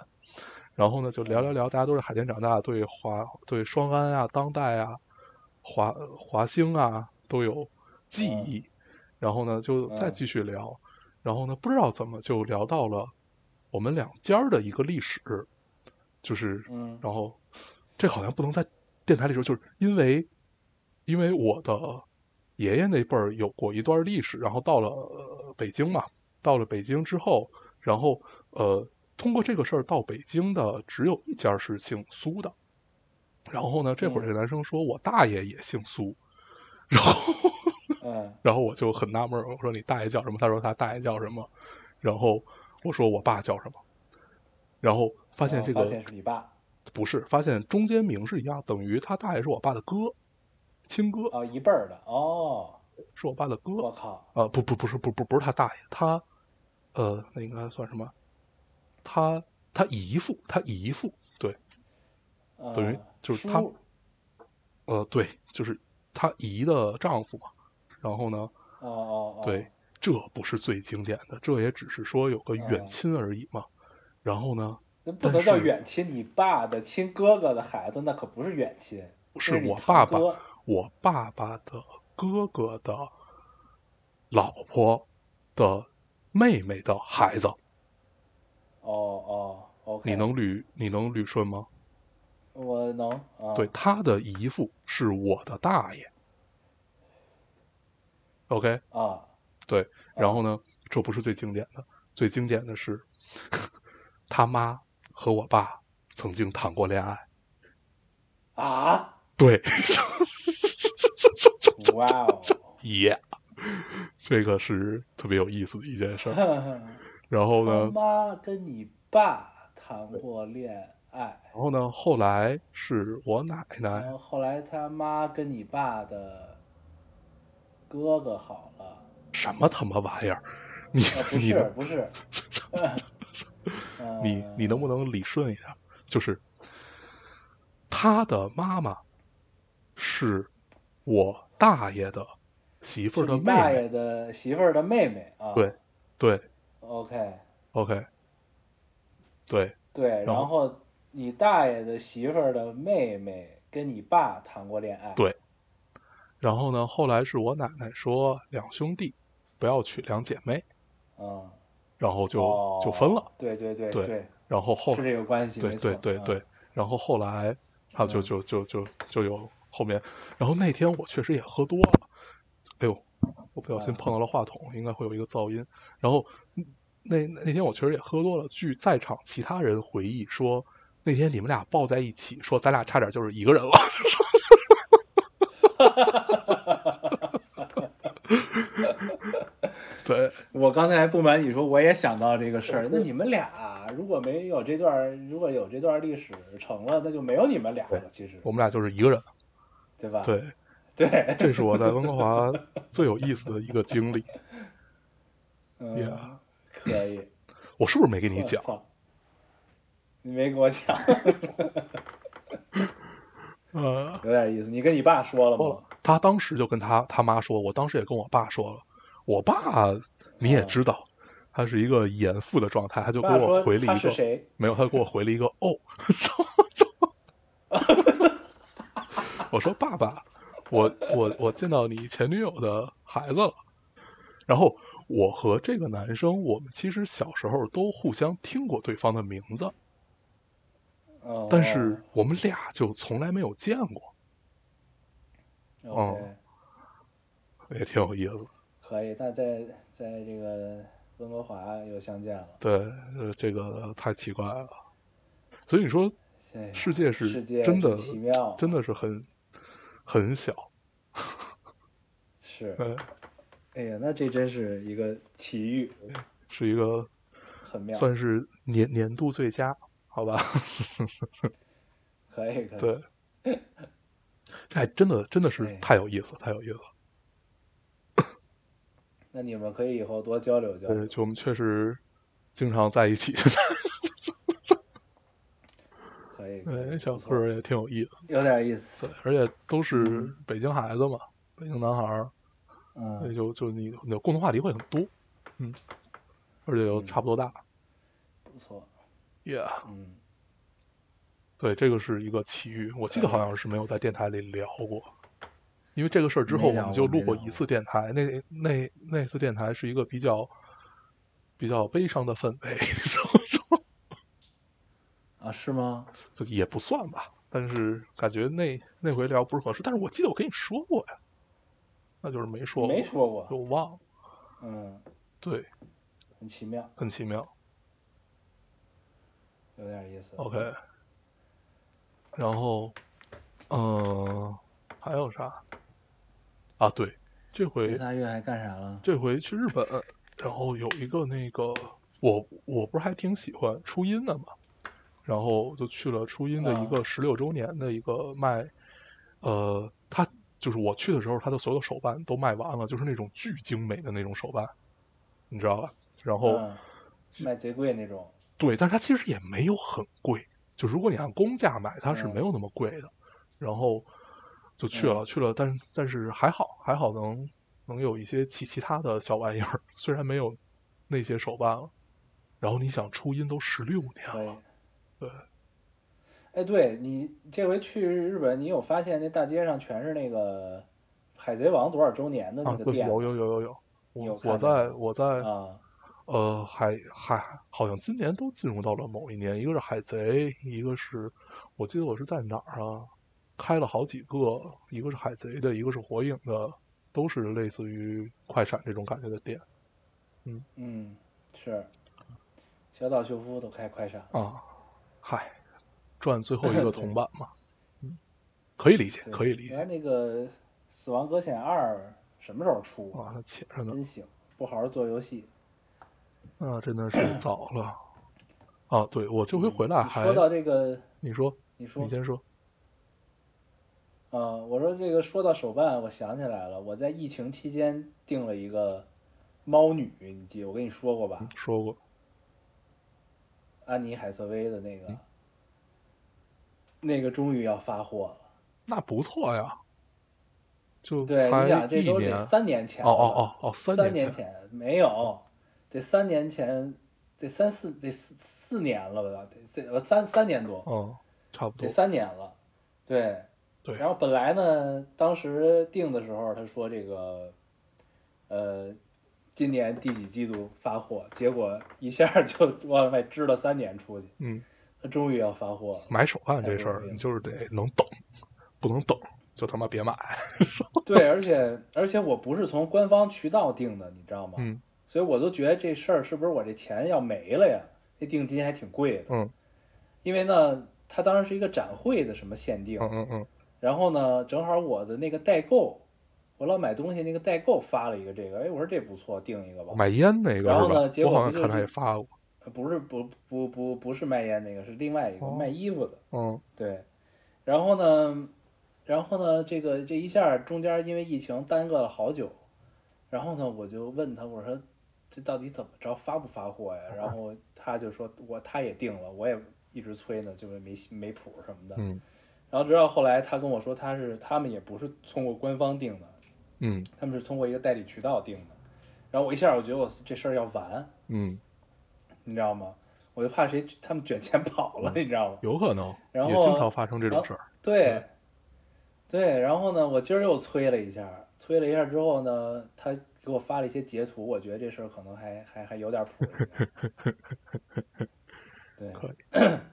S1: 然后呢就聊聊聊，大家都是海淀长大，对华对双安啊、当代啊、华华星啊都有记忆，然后呢就再
S2: 嗯
S1: 继续聊，然后呢不知道怎么就聊到了我们两家儿的一个历史，就是
S2: 嗯
S1: 然后这好像不能在电台里说，就是因为因为我的爷爷那辈儿有过一段历史，然后到了、呃北京嘛，到了北京之后，然后呃，通过这个事儿到北京的只有一家是姓苏的，然后呢，这会儿
S2: 嗯
S1: 这男生说我大爷也姓苏，然后。
S2: 嗯
S1: 然后我就很纳闷儿，我说你大爷叫什么？他说他大爷叫什么？然后我说我爸叫什么？然后发现
S2: 哦
S1: 这
S2: 发
S1: 个
S2: 现是你爸
S1: 不是，发现中间名是一样，等于他大爷是我爸的哥，亲哥
S2: 哦，一辈儿的哦，
S1: 是我爸的哥。
S2: 我靠，
S1: 啊，不不不是不不不是他大爷，他呃，那应该算什么？他他姨父，他姨父，对，
S2: 嗯
S1: 等于就是
S2: 叔
S1: 他呃，对，就是他姨的丈夫嘛。然后呢，
S2: 哦哦哦，
S1: 对，这不是最经典的，这也只是说有个远
S2: 嗯
S1: 亲而已嘛。然后呢，
S2: 那不
S1: 但
S2: 能叫
S1: 是
S2: 远亲，你爸的亲哥哥的孩子那可不是远亲，那
S1: 是
S2: 你
S1: 我
S2: 堂
S1: 爸爸
S2: 哥
S1: 我爸爸的哥哥的老婆的妹妹的孩子，
S2: 哦哦，OK，
S1: 你能捋你能捋顺吗？
S2: 我能啊，
S1: 对，他的姨父是我的大爷。OK，
S2: 啊，
S1: 对，然后呢，这不是最经典的，最经典的是 他妈和我爸曾经谈过恋爱。
S2: 啊！
S1: 对，
S2: 哇哦！
S1: 耶，这个是特别有意思的一件事儿。
S2: 他
S1: 然后呢，
S2: 妈跟你爸谈过恋爱，
S1: 然后呢，后来是我奶
S2: 然
S1: 奶，
S2: 后后来他妈跟你爸的哥哥好了，啊
S1: 什么他妈玩意儿？你
S2: 不
S1: 你
S2: 是
S1: 能
S2: 不 是，嗯
S1: 你你能不能理顺一下？就是他的妈妈是我大爷的媳妇儿
S2: 是
S1: 的
S2: 你
S1: 妹
S2: 大
S1: 妹，
S2: 爷的媳妇儿的妹妹啊？
S1: 对对
S2: ，OK，
S1: ，OK，对
S2: 对，
S1: 然后
S2: 然后你大爷的媳妇儿的妹妹跟你爸谈过恋爱，
S1: 对然后呢，后来是我奶奶说两兄弟不要娶两姐妹，
S2: 嗯，
S1: 然后就、
S2: 哦
S1: 就分了。，
S2: 对对对
S1: 对然后后
S2: 是这个关系，
S1: 对
S2: 没错
S1: 对对，对
S2: 嗯，
S1: 然后后来他就
S2: 嗯
S1: 就就就就有后面，然后那天我确实也喝多了，哎呦，我不小心
S2: 嗯
S1: 碰到了话筒，应该会有一个噪音。然后嗯那那天我确实也喝多了，据在场其他人回忆说，那天你们俩抱在一起，说咱俩差点就是一个人了。 对，
S2: 我刚才不瞒你说，我也想到这个事儿。那你们俩如果没有这段，如果有这段历史成了，那就没有你们俩了，其实，
S1: 我们俩就是一个人。
S2: 对吧？
S1: 对，
S2: 对，
S1: 这是我在温哥华最有意思的一个经历。
S2: 嗯
S1: Yeah，
S2: 可以。
S1: 我是不是没 跟你讲
S2: 我？操，你没跟我讲，
S1: 呃，
S2: 有点意思。你跟你爸说嗯了
S1: 说了
S2: 吗？，
S1: 他当时就跟他他妈说，我当时也跟我爸说了，我爸你也知道，他是一个严父的状态，他就给
S2: 爸
S1: 我
S2: 说
S1: 回了
S2: 他
S1: 一
S2: 是
S1: 个，
S2: 谁？
S1: 没有，他给我回了一个哦， 我说爸爸，我我我见到你前女友的孩子了，然后我和这个男生，我们其实小时候都互相听过对方的名字，
S2: 哦
S1: 但是我们俩就从来没有见过，嗯
S2: ，OK，
S1: 也挺有意思。
S2: 可以。那在在这个温哥华又相见了，
S1: 对，呃，这个太奇怪了。所以你说，
S2: 哎呀
S1: 世界是
S2: 世界
S1: 真的
S2: 奇妙，
S1: 真的是很很小，
S2: 是。
S1: 嗯，
S2: 哎呀，那这真是一个奇遇，
S1: 是一个
S2: 很妙。
S1: 算是年年度最佳，好吧？
S2: 可以可以。
S1: 对， 这还真的真的是
S2: 哎
S1: 太有意思，太有意思了。
S2: 那你们可以以后多交流交
S1: 对，
S2: 流。
S1: 就我们确实经常在一起。
S2: 可以。可
S1: 对，
S2: 以
S1: 哎小
S2: 不
S1: 慧
S2: 错
S1: 儿也挺有意思。
S2: 有点意思。
S1: 对，而且都是北京孩子嘛，北京男孩儿，也
S2: 嗯，
S1: 就就你你的共同话题会很多，嗯，而且
S2: 嗯
S1: 又差不多大
S2: 不错。
S1: ，Yeah。
S2: 嗯，
S1: 对，这个是一个奇遇，我记得好像是没有在电台里聊过，因为这个事儿之后
S3: 没
S1: 我
S3: 聊
S1: 们
S3: 过
S1: 就录
S3: 没
S1: 过
S3: 聊
S1: 一次电台，那那那次电台是一个比较比较悲伤的氛围，然后说
S2: 啊，是吗？
S1: 就也不算吧，但是感觉那那回聊不是合适，但是我记得我跟你说过呀，那就是没说，
S2: 没说
S1: 就
S2: 过。
S1: 忘了，
S2: 嗯，
S1: 对，
S2: 很奇妙，
S1: 很奇妙
S2: 有点意思。
S1: ，OK，然后，呃，还有啥？啊，对，这回
S2: 这仨月还干啥了？
S1: 这回去日本，然后有一个那个我我不是还挺喜欢初音的嘛，然后就去了初音的一个十六周年的一个卖，呃，他就是我去的时候，他的所有的手办都卖完了，就是那种巨精美的那种手办，你知道吧？然后、
S2: 嗯，卖贼贵那种。
S1: 对，但是它其实也没有很贵，就如果你按公价买，它是
S2: 嗯
S1: 没有那么贵的。然后就去了，去了，但是但是还好，还好能能有一些其其他的小玩意儿，虽然没有那些手办了。然后你想，初音都十六年
S2: 可以
S1: 了，。对。
S2: 哎，对你这回去日本，你有发现那大街上全是那个《海贼王》多少周年的那
S1: 啊，
S2: 个
S1: 对，
S2: 店？
S1: 有有有有有，
S2: 你有
S1: 我
S2: 看
S1: 我
S2: 见
S1: 在
S2: 吗
S1: 我在
S2: 啊，
S1: 呃，海海好像今年都进入到了某一年，一个是海贼，一个是我记得我是在哪儿啊，开了好几个，一个是海贼的，一个是火影的，都是类似于快闪这种感觉的店
S2: 嗯，是。小岛秀夫都开快闪，
S1: 啊。嗨，赚最后一个铜板 嘛，嗯，可以理解，
S2: 对
S1: 可以理
S2: 原来
S1: 解
S2: 那个《死亡搁浅二》什么时候出
S1: 啊，那且着呢
S2: 真，行，不好好做游戏。
S1: 那 真的是早了啊。对，我这回回来
S2: 嗯你
S1: 还
S2: 说到这个，
S1: 你说，
S2: 你说
S1: 你先说，
S2: 啊，我说这个说到手办，我想起来了，我在疫情期间订了一个猫女，你记我跟你说过吧？
S1: 嗯说过
S2: 安妮海瑟薇的那个，
S1: 嗯
S2: 那个终于要发货了。
S1: 那不错呀，就
S2: 对，
S1: 才
S2: 你想这
S1: 一
S2: 都
S1: 年
S2: 得。三年前
S1: 哦
S2: 了
S1: 哦哦哦，三
S2: 三
S1: 前，
S2: 前没有，得三年前，得三四得四四年了吧？得得呃三三年多，
S1: 嗯，差不
S2: 得
S1: 多。
S2: 三年了。对，
S1: 对
S2: 然后本来呢，当时定的时候他说这个，呃，今年第几季度发货，结果一下就往外支了三年出去，
S1: 嗯，
S2: 他终于要发货了。
S1: 买手办这事
S2: 太牛
S1: 儿，
S2: 逼了
S1: 你就是得能等，不能等就他妈别买。
S2: 啊 对，而且而且我不是从官方渠道订的，你知道吗？
S1: 嗯
S2: 所以我都觉得这事儿是不是我这钱要没了呀？这定金还挺贵的，
S1: 嗯
S2: 因为呢，它当时是一个展会的什么限定，
S1: 嗯嗯嗯，
S2: 然后呢，正好我的那个代购，我老买东西那个代购发了一个这个，哎，我说这不错，订一个吧。
S1: 嗯买烟那个
S2: 然后
S1: 是
S2: 呢结
S1: 吧？
S2: 果
S1: 我好
S2: 不
S1: 像
S2: 就
S1: 看他
S2: 是
S1: 也发过。
S2: 呃不是不不不不是卖烟那个，是另外一个、
S1: 哦
S2: 卖衣服的。
S1: 嗯
S2: 对，然后呢，然后呢，这个这一下中间因为疫情耽搁了好久，然后呢，我就问他，我说这到底怎么着发不发货呀？然后他就说我他也定了，我也一直催呢，就是没没谱什么的。
S1: 嗯
S2: 然后直到后来他跟我说他是他们也不是通过官方定的，
S1: 嗯
S2: 他们是通过一个代理渠道定的。然后我一下我觉得我这事儿要完，
S1: 嗯，
S2: 你知道吗？我就怕谁他们卷钱跑了，你知道吗？
S1: 有可能，
S2: 然
S1: 也
S2: 后
S1: 经常发生这种事儿。
S2: 对
S1: 嗯，
S2: 对，然后呢，我今儿又催了一下儿，催了一下之后呢，他给我发了一些截图，我觉得这事儿 可能还还还有点谱儿。对
S1: 可，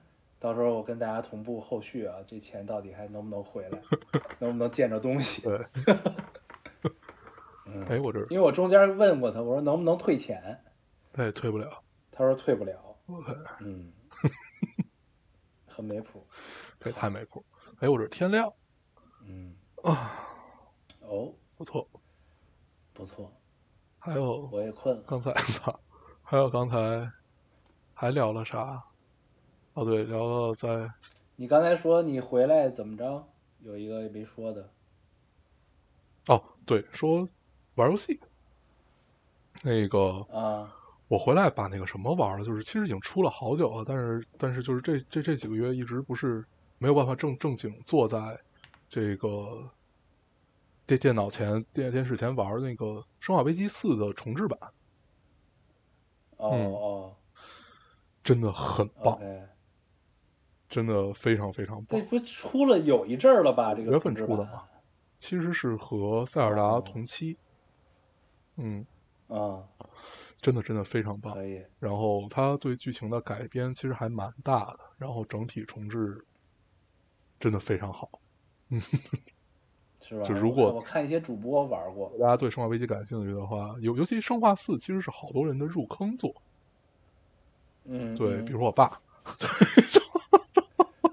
S2: 到时候我跟大家同步后续啊，这钱到底还能不能回来，能不能见着东西？
S1: 对，
S2: 嗯，
S1: 哎，我这
S2: 因为我中间问过他，我说能不能退钱，
S1: 哎退不了，
S2: 他说退不了，
S1: 哎
S2: 嗯，很没谱，
S1: 这太没谱。哎，我这天亮
S2: 嗯，
S1: 啊，
S2: 哦，
S1: 不错。
S2: 不错，
S1: 还有
S2: 我也困了，
S1: 刚才， 操，还有刚才还聊了啥？哦，对，聊了在
S2: 你刚才说你回来怎么着，有一个也没说的，
S1: 哦，对，说玩游戏。那个，
S2: 啊，
S1: 我回来把那个什么玩了，就是其实已经出了好久了，但是但是就是这这这几个月一直不是没有办法正正经坐在这个电电脑前电电视前玩那个《生化危机四》的重置版，
S2: 哦
S1: 嗯
S2: 哦
S1: 真的很棒，
S2: ，OK，
S1: 真的非常非常
S2: 这。
S1: 棒
S2: 不出了有一阵儿了吧？这个
S1: 五月份
S2: 重置
S1: 出的
S2: 版
S1: 嘛其实是和塞尔达
S2: 哦
S1: 同期，嗯，
S2: 啊，
S1: 真的真的非常棒。
S2: 可以，
S1: 然后它对剧情的改编其实还蛮大的，然后整体重置真的非常好。
S2: 是吧？
S1: 就如果
S2: 我看我看一些主播玩过，
S1: 大家对《生化危机》感兴趣的话，尤尤其《生化四》其实是好多人的入坑作，
S2: 嗯，
S1: 对，
S2: 嗯
S1: 比如我爸，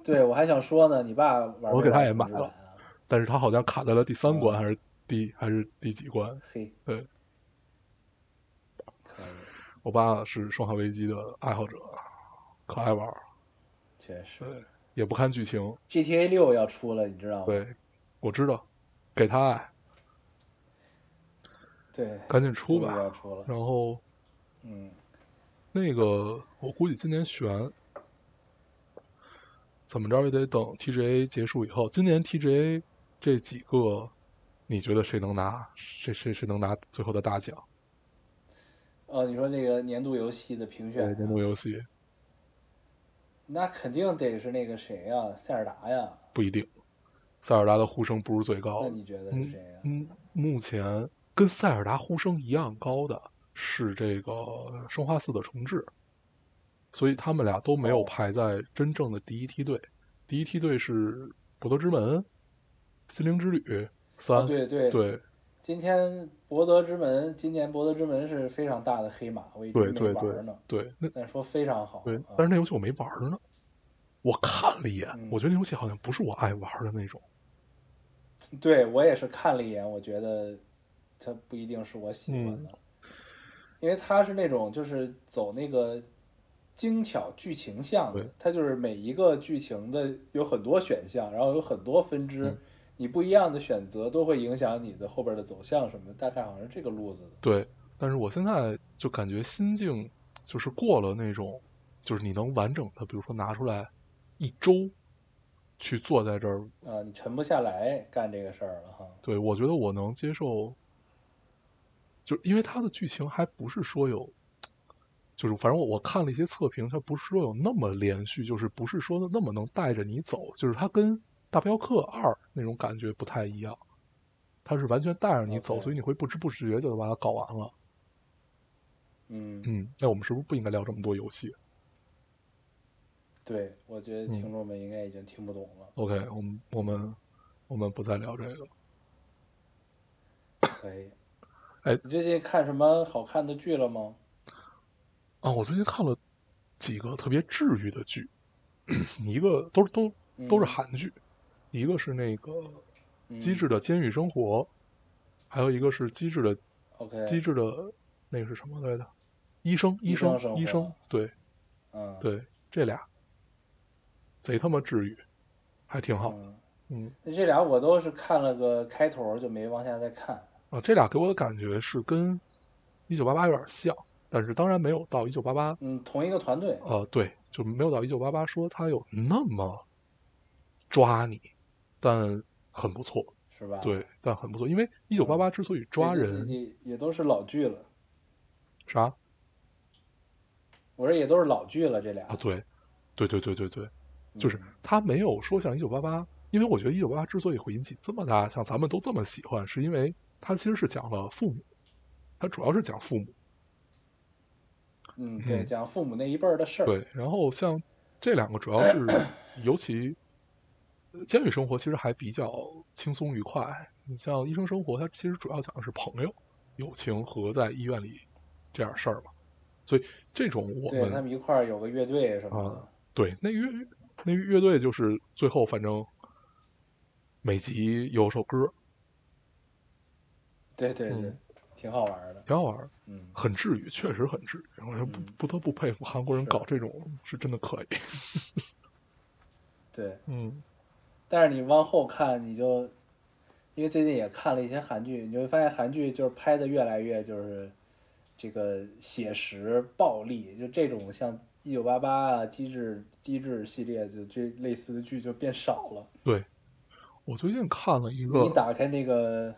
S2: 对我还想说呢，你爸玩没玩
S1: 我给他也买
S2: 重置版啊，
S1: 但是他好像卡在了第三关
S2: 哦
S1: 还是第还是第几关？
S2: 嘿，
S1: 对，
S2: 可以，
S1: 我爸是《生化危机》的爱好者，可爱玩儿，
S2: 确实
S1: 对，也不看剧情，
S2: ，GTA 六要出了，你知道吗？
S1: 对，我知道，给他爱，
S2: 对，
S1: 赶紧出
S2: 终于要
S1: 吧。
S2: 出了，
S1: 然后
S2: 嗯，
S1: 那个，我估计今年悬，怎么着也得等 TGA 结束以后。今年 TGA 这几个，你觉得谁能拿？谁谁谁能拿最后的大奖？
S2: 哦，你说这个年度游戏的评选啊，
S1: 年度游戏
S2: 那肯定得是那个谁呀，塞尔达呀，
S1: 不一定，塞尔达的呼声不是最高
S2: 那
S1: 的。
S2: 你觉得是谁呀？
S1: 嗯，目前跟塞尔达呼声一样高的是这个《生化四》的重置，所以他们俩都没有
S2: 哦
S1: 排在真正的第一梯队。第一梯队是《博德之门》《心灵之旅》三、
S2: 哦，对对，
S1: 对
S2: 今天博德之门，今年博德之门是非常大的黑马，我一直
S1: 对
S2: 没
S1: 对
S2: 玩儿
S1: 对
S2: 呢，
S1: 对，那
S2: 但说非常好，
S1: 对
S2: 啊，
S1: 但是那游戏我没玩儿呢。我看了一眼，
S2: 嗯
S1: 我觉得那游戏好像不是我爱玩儿的那种。
S2: 对我也是看了一眼，我觉得它不一定是我喜欢
S1: 嗯
S2: 的，因为它是那种就是走那个精巧剧情向的
S1: 对，
S2: 它就是每一个剧情的有很多选项，然后有很多分支，
S1: 嗯
S2: 你不一样的选择都会影响你的后边的走向什么的，大概好像是这个路子的。
S1: 对，但是我现在就感觉心境就是过了那种，就是你能完整的，比如说拿出来一周去坐在这儿，
S2: 啊、你沉不下来干这个事儿了哈。
S1: 对我觉得我能接受，就因为它的剧情还不是说有，就是反正我我看了一些测评，它不是说有那么连续，就是不是说那么能带着你走，就是它跟《大镖客二》那种感觉不太一样，它是完全带着你走，
S2: OK
S1: 所以你会不知不觉就把它搞完了。
S2: 嗯，
S1: 嗯，那我们是不是不应该聊这么多游戏
S2: 对，我觉得
S1: 嗯
S2: 听众们应该已经听不懂 了，
S1: ？OK，我们我们我们不再聊这个。
S2: 可以。
S1: 哎
S2: 你最近看什么好看的剧了吗？
S1: 啊，我最近看了几个特别治愈的剧， 一个都是都都是
S2: 嗯
S1: 韩剧，一个是那个《
S2: 嗯
S1: 机智的监狱生活》，还有一个是《机智的
S2: OK，
S1: 机智的》那个是什么来着？医生医
S2: 医
S1: 生
S2: 生生
S1: 医生
S2: 活，啊
S1: 对
S2: 嗯，
S1: 对，这俩贼他妈治愈，还挺好。
S2: 嗯，
S1: 嗯
S2: 那这俩我都是看了个开头就没往下再看。
S1: 啊，这俩给我的感觉是跟《一九八八》有点像，但是当然没有到《一九八八》
S2: 嗯，同一个团队，
S1: 呃，对，就没有到一九八八说他有那么抓你，但很不错，
S2: 是吧？
S1: 对，但很不错，因为一九八八之所以抓
S2: 这个
S1: 人，
S2: 也也都是老剧了。
S1: 啥
S2: 我说也都是老剧了，这俩
S1: 啊？对，对对对对对，就是
S2: 嗯
S1: 他没有说像一九八八，因为我觉得一九八八之所以会引起这么大，像咱们都这么喜欢，是因为它其实是讲了父母，它主要是讲父母，
S2: 嗯，对，
S1: 嗯
S2: 讲父母那一辈儿的事儿，
S1: 对，然后像这两个主 要是尤其呃监狱生活其实还比较轻松愉快。你像医生生活，它其实主要讲的是朋友、友情和在医院里这点事儿嘛。所以这种我
S2: 对他
S1: 们
S2: 们一块儿有个乐队什么的
S1: 啊，对那乐那乐队就是最后反正每集有首歌
S2: 对对对
S1: 嗯，
S2: 挺好玩的。
S1: 挺好玩儿，
S2: 嗯，
S1: 很治愈，确实很治愈。我就不
S2: 嗯
S1: 不得不佩服韩国人
S2: 是
S1: 搞这种是真的可以。
S2: 对。
S1: 嗯，
S2: 但是你往后看，你就因为最近也看了一些韩剧，你就会发现韩剧就是拍的越来越就是这个写实、暴力，就这种像《一九八八》啊、《机智机智》系列，就这类似的剧就变少了。
S1: 对，我最近看了一
S2: 你
S1: 个，
S2: 打开那个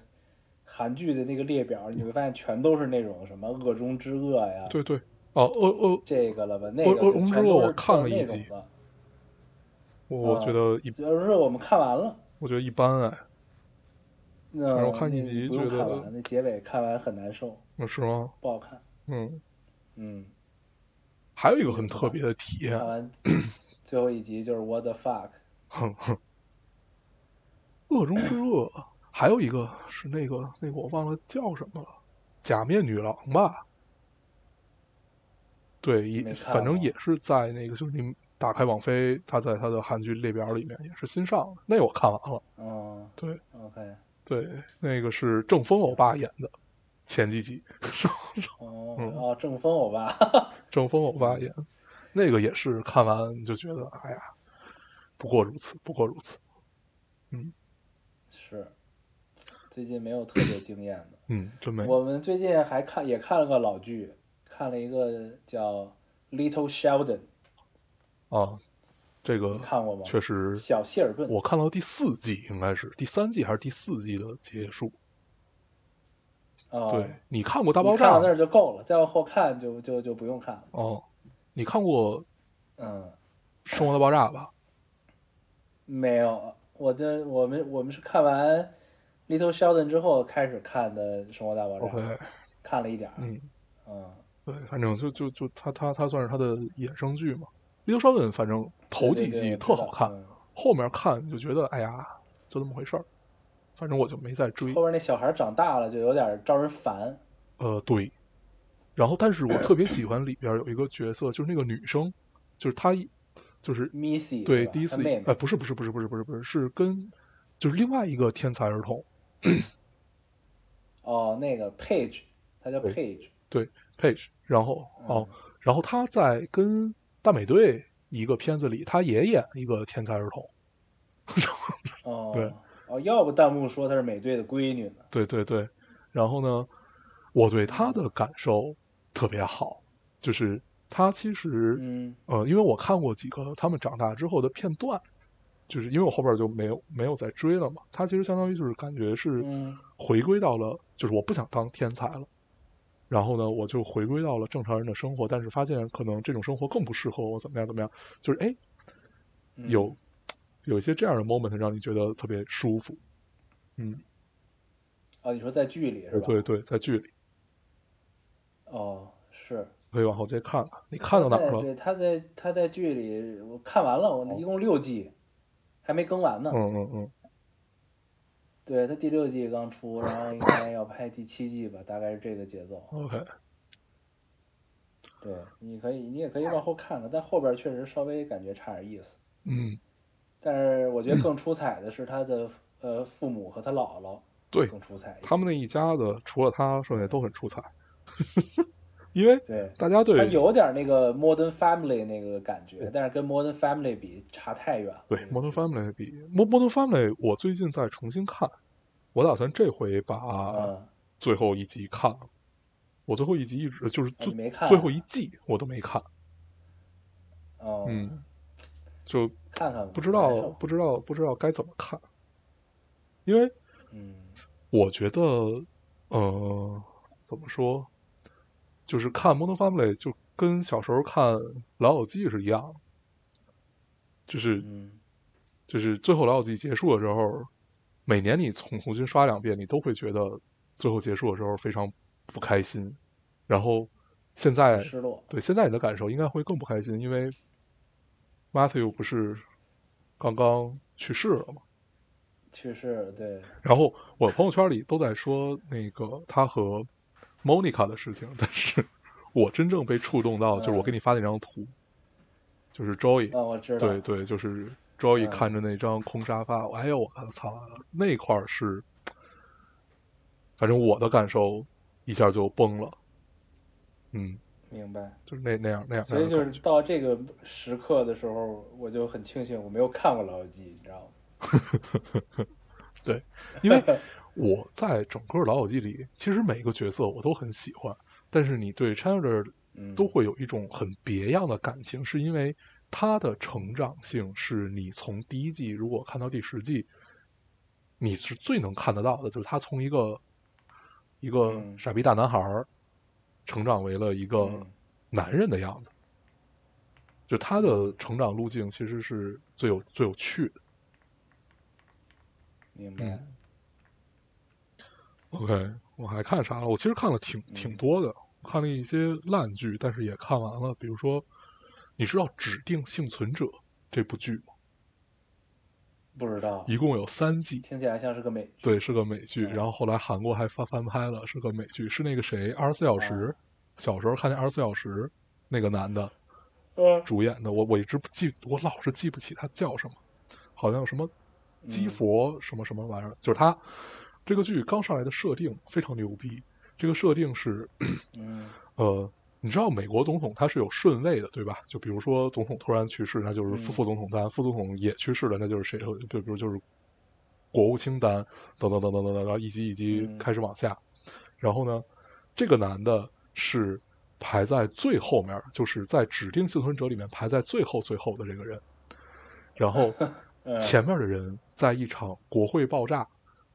S2: 韩剧的那个列表，你会发现全都是那种什么《恶中之恶》呀，
S1: 对对，哦，恶恶，
S2: 这个了吧，那
S1: 恶
S2: 个就
S1: 恶中之
S2: 全
S1: 恶
S2: 都
S1: 我
S2: 是
S1: 看
S2: 都
S1: 了
S2: 是
S1: 一
S2: 那种
S1: 集
S2: 的。
S1: 我
S2: 啊
S1: 觉得一，
S2: 要是我们看完了。
S1: 我觉得一般哎，
S2: 那
S1: 然后看一
S2: 那
S1: 集
S2: 不用
S1: 觉得
S2: 看完，那结尾看完很难受，
S1: 嗯是吗？
S2: 不好看。
S1: 嗯，
S2: 嗯，
S1: 还有一个啊很特别的体验
S2: 看，完最后一集就是 What the fuck，
S1: 哼哼，恶中之恶，还有一个是那个那个我忘了叫什么了，假面女郎吧？对，也
S2: 没看
S1: 反正
S2: 过
S1: 也是在那个，就是你打开网飞，它在它的韩剧列表里面也是新上的，那我看完了。
S2: 嗯
S1: 对
S2: ，OK，
S1: 对，那个是郑峰欧巴演的前几集，
S2: 哦
S1: 嗯
S2: 哦，正风欧巴，
S1: 郑峰欧巴演，
S2: 嗯
S1: 那个也是看完就觉得，哎呀，不过如此，不过如此。
S2: 是，最近没有特别惊艳的。
S1: 嗯，真没
S2: 我们最近还看也看了个老剧，看了一个叫《Little Sheldon》，
S1: 啊，这个
S2: 你看过吗？
S1: 确实
S2: 小谢尔顿，
S1: 我看到第四季，应该是第三季还是第四季的结束？
S2: 啊，
S1: 对，你看过《大
S2: 你
S1: 爆
S2: 看
S1: 炸
S2: 到》那？儿就够了，再往后看就就就不用看了。
S1: 哦，你看过《
S2: 嗯，
S1: 生活大爆炸》吧？
S2: 没有，我这我们我们是看完《Little Sheldon》之后开始看的《生活大爆炸》
S1: OK，
S2: 看了一点儿，
S1: 哎嗯，
S2: 嗯，
S1: 对，反正就就就他他他算是他的衍生剧嘛。《Little Sheldon》反正头
S2: 对对
S1: 几
S2: 对
S1: 季
S2: 我
S1: 特
S2: 知
S1: 好
S2: 道
S1: 看，
S2: 嗯
S1: 后面看就觉得哎呀，就那么回事儿。反正我就没再追
S2: 后。边那小孩长大了就有点招人烦，
S1: 呃，对。然后，但是我特别喜欢里边有一个角色，就是那个女生，就是她一，就是
S2: 米西
S1: 对，第
S2: 第
S1: 一
S2: 一
S1: 次
S2: 妹
S1: 呃，
S2: 妹
S1: 不是不是不是不是不是不是，是跟就是另外一个天才儿童，
S2: 哦，那个 Page，他叫
S1: 对
S2: Page，
S1: 对 Page，然后
S2: 嗯
S1: 哦，然后他在跟大美队一个片子里，他也演一个天才儿童，
S2: 哦，
S1: 对
S2: 哦，要不弹幕说她是美队的闺女呢，
S1: 对对对，然后呢，我对他的感受特别好，就是他其实
S2: 嗯，
S1: 呃，因为我看过几个他们长大之后的片段，就是因为我后边就没有没有再追了嘛。他其实相当于就是感觉是
S2: 嗯
S1: 回归到了，就是我不想当天才了，然后呢，我就回归到了正常人的生活，但是发现可能这种生活更不适合我，怎么样怎么样，就是哎，
S2: 嗯
S1: 有有一些这样的 moment 让你觉得特别舒服。嗯，
S2: 哦，你说在剧里是吧？
S1: 对对，在剧里
S2: 哦，是，
S1: 可以往后再看看，你看到哪儿
S2: 对
S1: 了？哦
S2: 对，他在他在剧里我看完了，我一共六季，还没更完呢，
S1: 嗯嗯嗯，
S2: 对他第六季刚出，然后应该要拍第七季吧，大概是这个节奏。
S1: OK，
S2: 对，你可以，你也可以往后看看，但后边确实稍微感觉差点意思。
S1: 嗯，
S2: 但是我觉得更出彩的是他的呃父母和他姥姥
S1: 对，
S2: 更出彩一些。
S1: 他们那一家子除了他，剩下都很出彩， 因为
S2: 对，
S1: 大家
S2: 他
S1: 对
S2: 有点那个 Modern Family 那个感觉，但是跟 Modern Family 比差太远了。
S1: 对
S2: 这
S1: 《
S2: 个
S1: Modern
S2: 剧
S1: Family》比《Mo- Modern Family》，我最近在重新看，我打算这回把
S2: 嗯，
S1: 最后一集看了。我最后一集一直呃就是
S2: 你
S1: 最
S2: 没看啊
S1: 最后一季我都没看，
S2: 哦，
S1: 嗯，就
S2: 看看吧
S1: 不知
S2: 难
S1: 道
S2: 受
S1: 不知道不知道该怎么看，因为
S2: 嗯
S1: 我觉得，呃，怎么说，就是看《Modern Family》就跟小时候看《老友记》是一样的，就是
S2: 嗯，
S1: 就是最后老友记结束的时候，每年你重重新刷两遍，你都会觉得最后结束的时候非常不开心。然后现在
S2: 失落。
S1: 哎对现在你的感受应该会更不开心，因为 Matthew 不是刚刚去世了吗？
S2: 去世，对，
S1: 然后我朋友圈里都在说那个他和 Monica 的事情，但是我真正被触动到，就是我给你发那张图，就是 Joy，、
S2: 啊，我知道，
S1: 对对，就是 Joy
S2: 嗯
S1: 看着那张空沙发，哎呦我操，那块儿是，反正我的感受一下就崩了，嗯，
S2: 明白。
S1: 就是那那样那样那
S2: 所以
S1: 样的
S2: 就
S1: 感
S2: 是
S1: 觉，
S2: 到这个时刻的时候，我就很庆幸我没有看过《老友记》，你知道吗？
S1: 对，因为 我在整个《老友记》里，其实每一个角色我都很喜欢，但是你对 Chandler
S2: 嗯，
S1: 都会有一种很别样的感情，是因为他的成长性是你从第一季如果看到第十季，你是最能看得到的，就是他从一个一个
S2: 嗯
S1: 傻逼大男孩儿成长为了一个
S2: 嗯
S1: 男人的样子，就他的成长路径其实是最有最有趣的。
S2: 明
S1: 嗯
S2: 白。
S1: OK，我还看啥了？我其实看了挺挺多的，看了一些烂剧，但是也看完了。比如说，你知道《指定幸存者》这部剧吗？
S2: 不知道，
S1: 一共有三季，
S2: 听起来像是个美剧。
S1: 对，是个美剧。然后后来韩国还翻翻拍了，是个美剧，是那个谁，二十四小时，小时候看那二十四小时那个男的
S2: 嗯，
S1: 主演的，我我一直不记，我老是记不起他叫什么，好像有什么基佛什么什么玩意儿，就是他这个剧刚上来的设定非常牛逼。这个设定是
S2: 嗯，
S1: 呃，你知道美国总统他是有顺位的，对吧？就比如说总统突然去世，那就是副
S2: 嗯
S1: 副总统单；副总统也去世了，那就是谁？就比如就是国务卿单，等等等等等等，然后一级一级
S2: 嗯
S1: 开始往下。然后呢，这个男的是排在最后面，就是在指定幸存者里面排在最后最后的这个人。然后
S2: 嗯
S1: 前面的人在一场国会爆炸，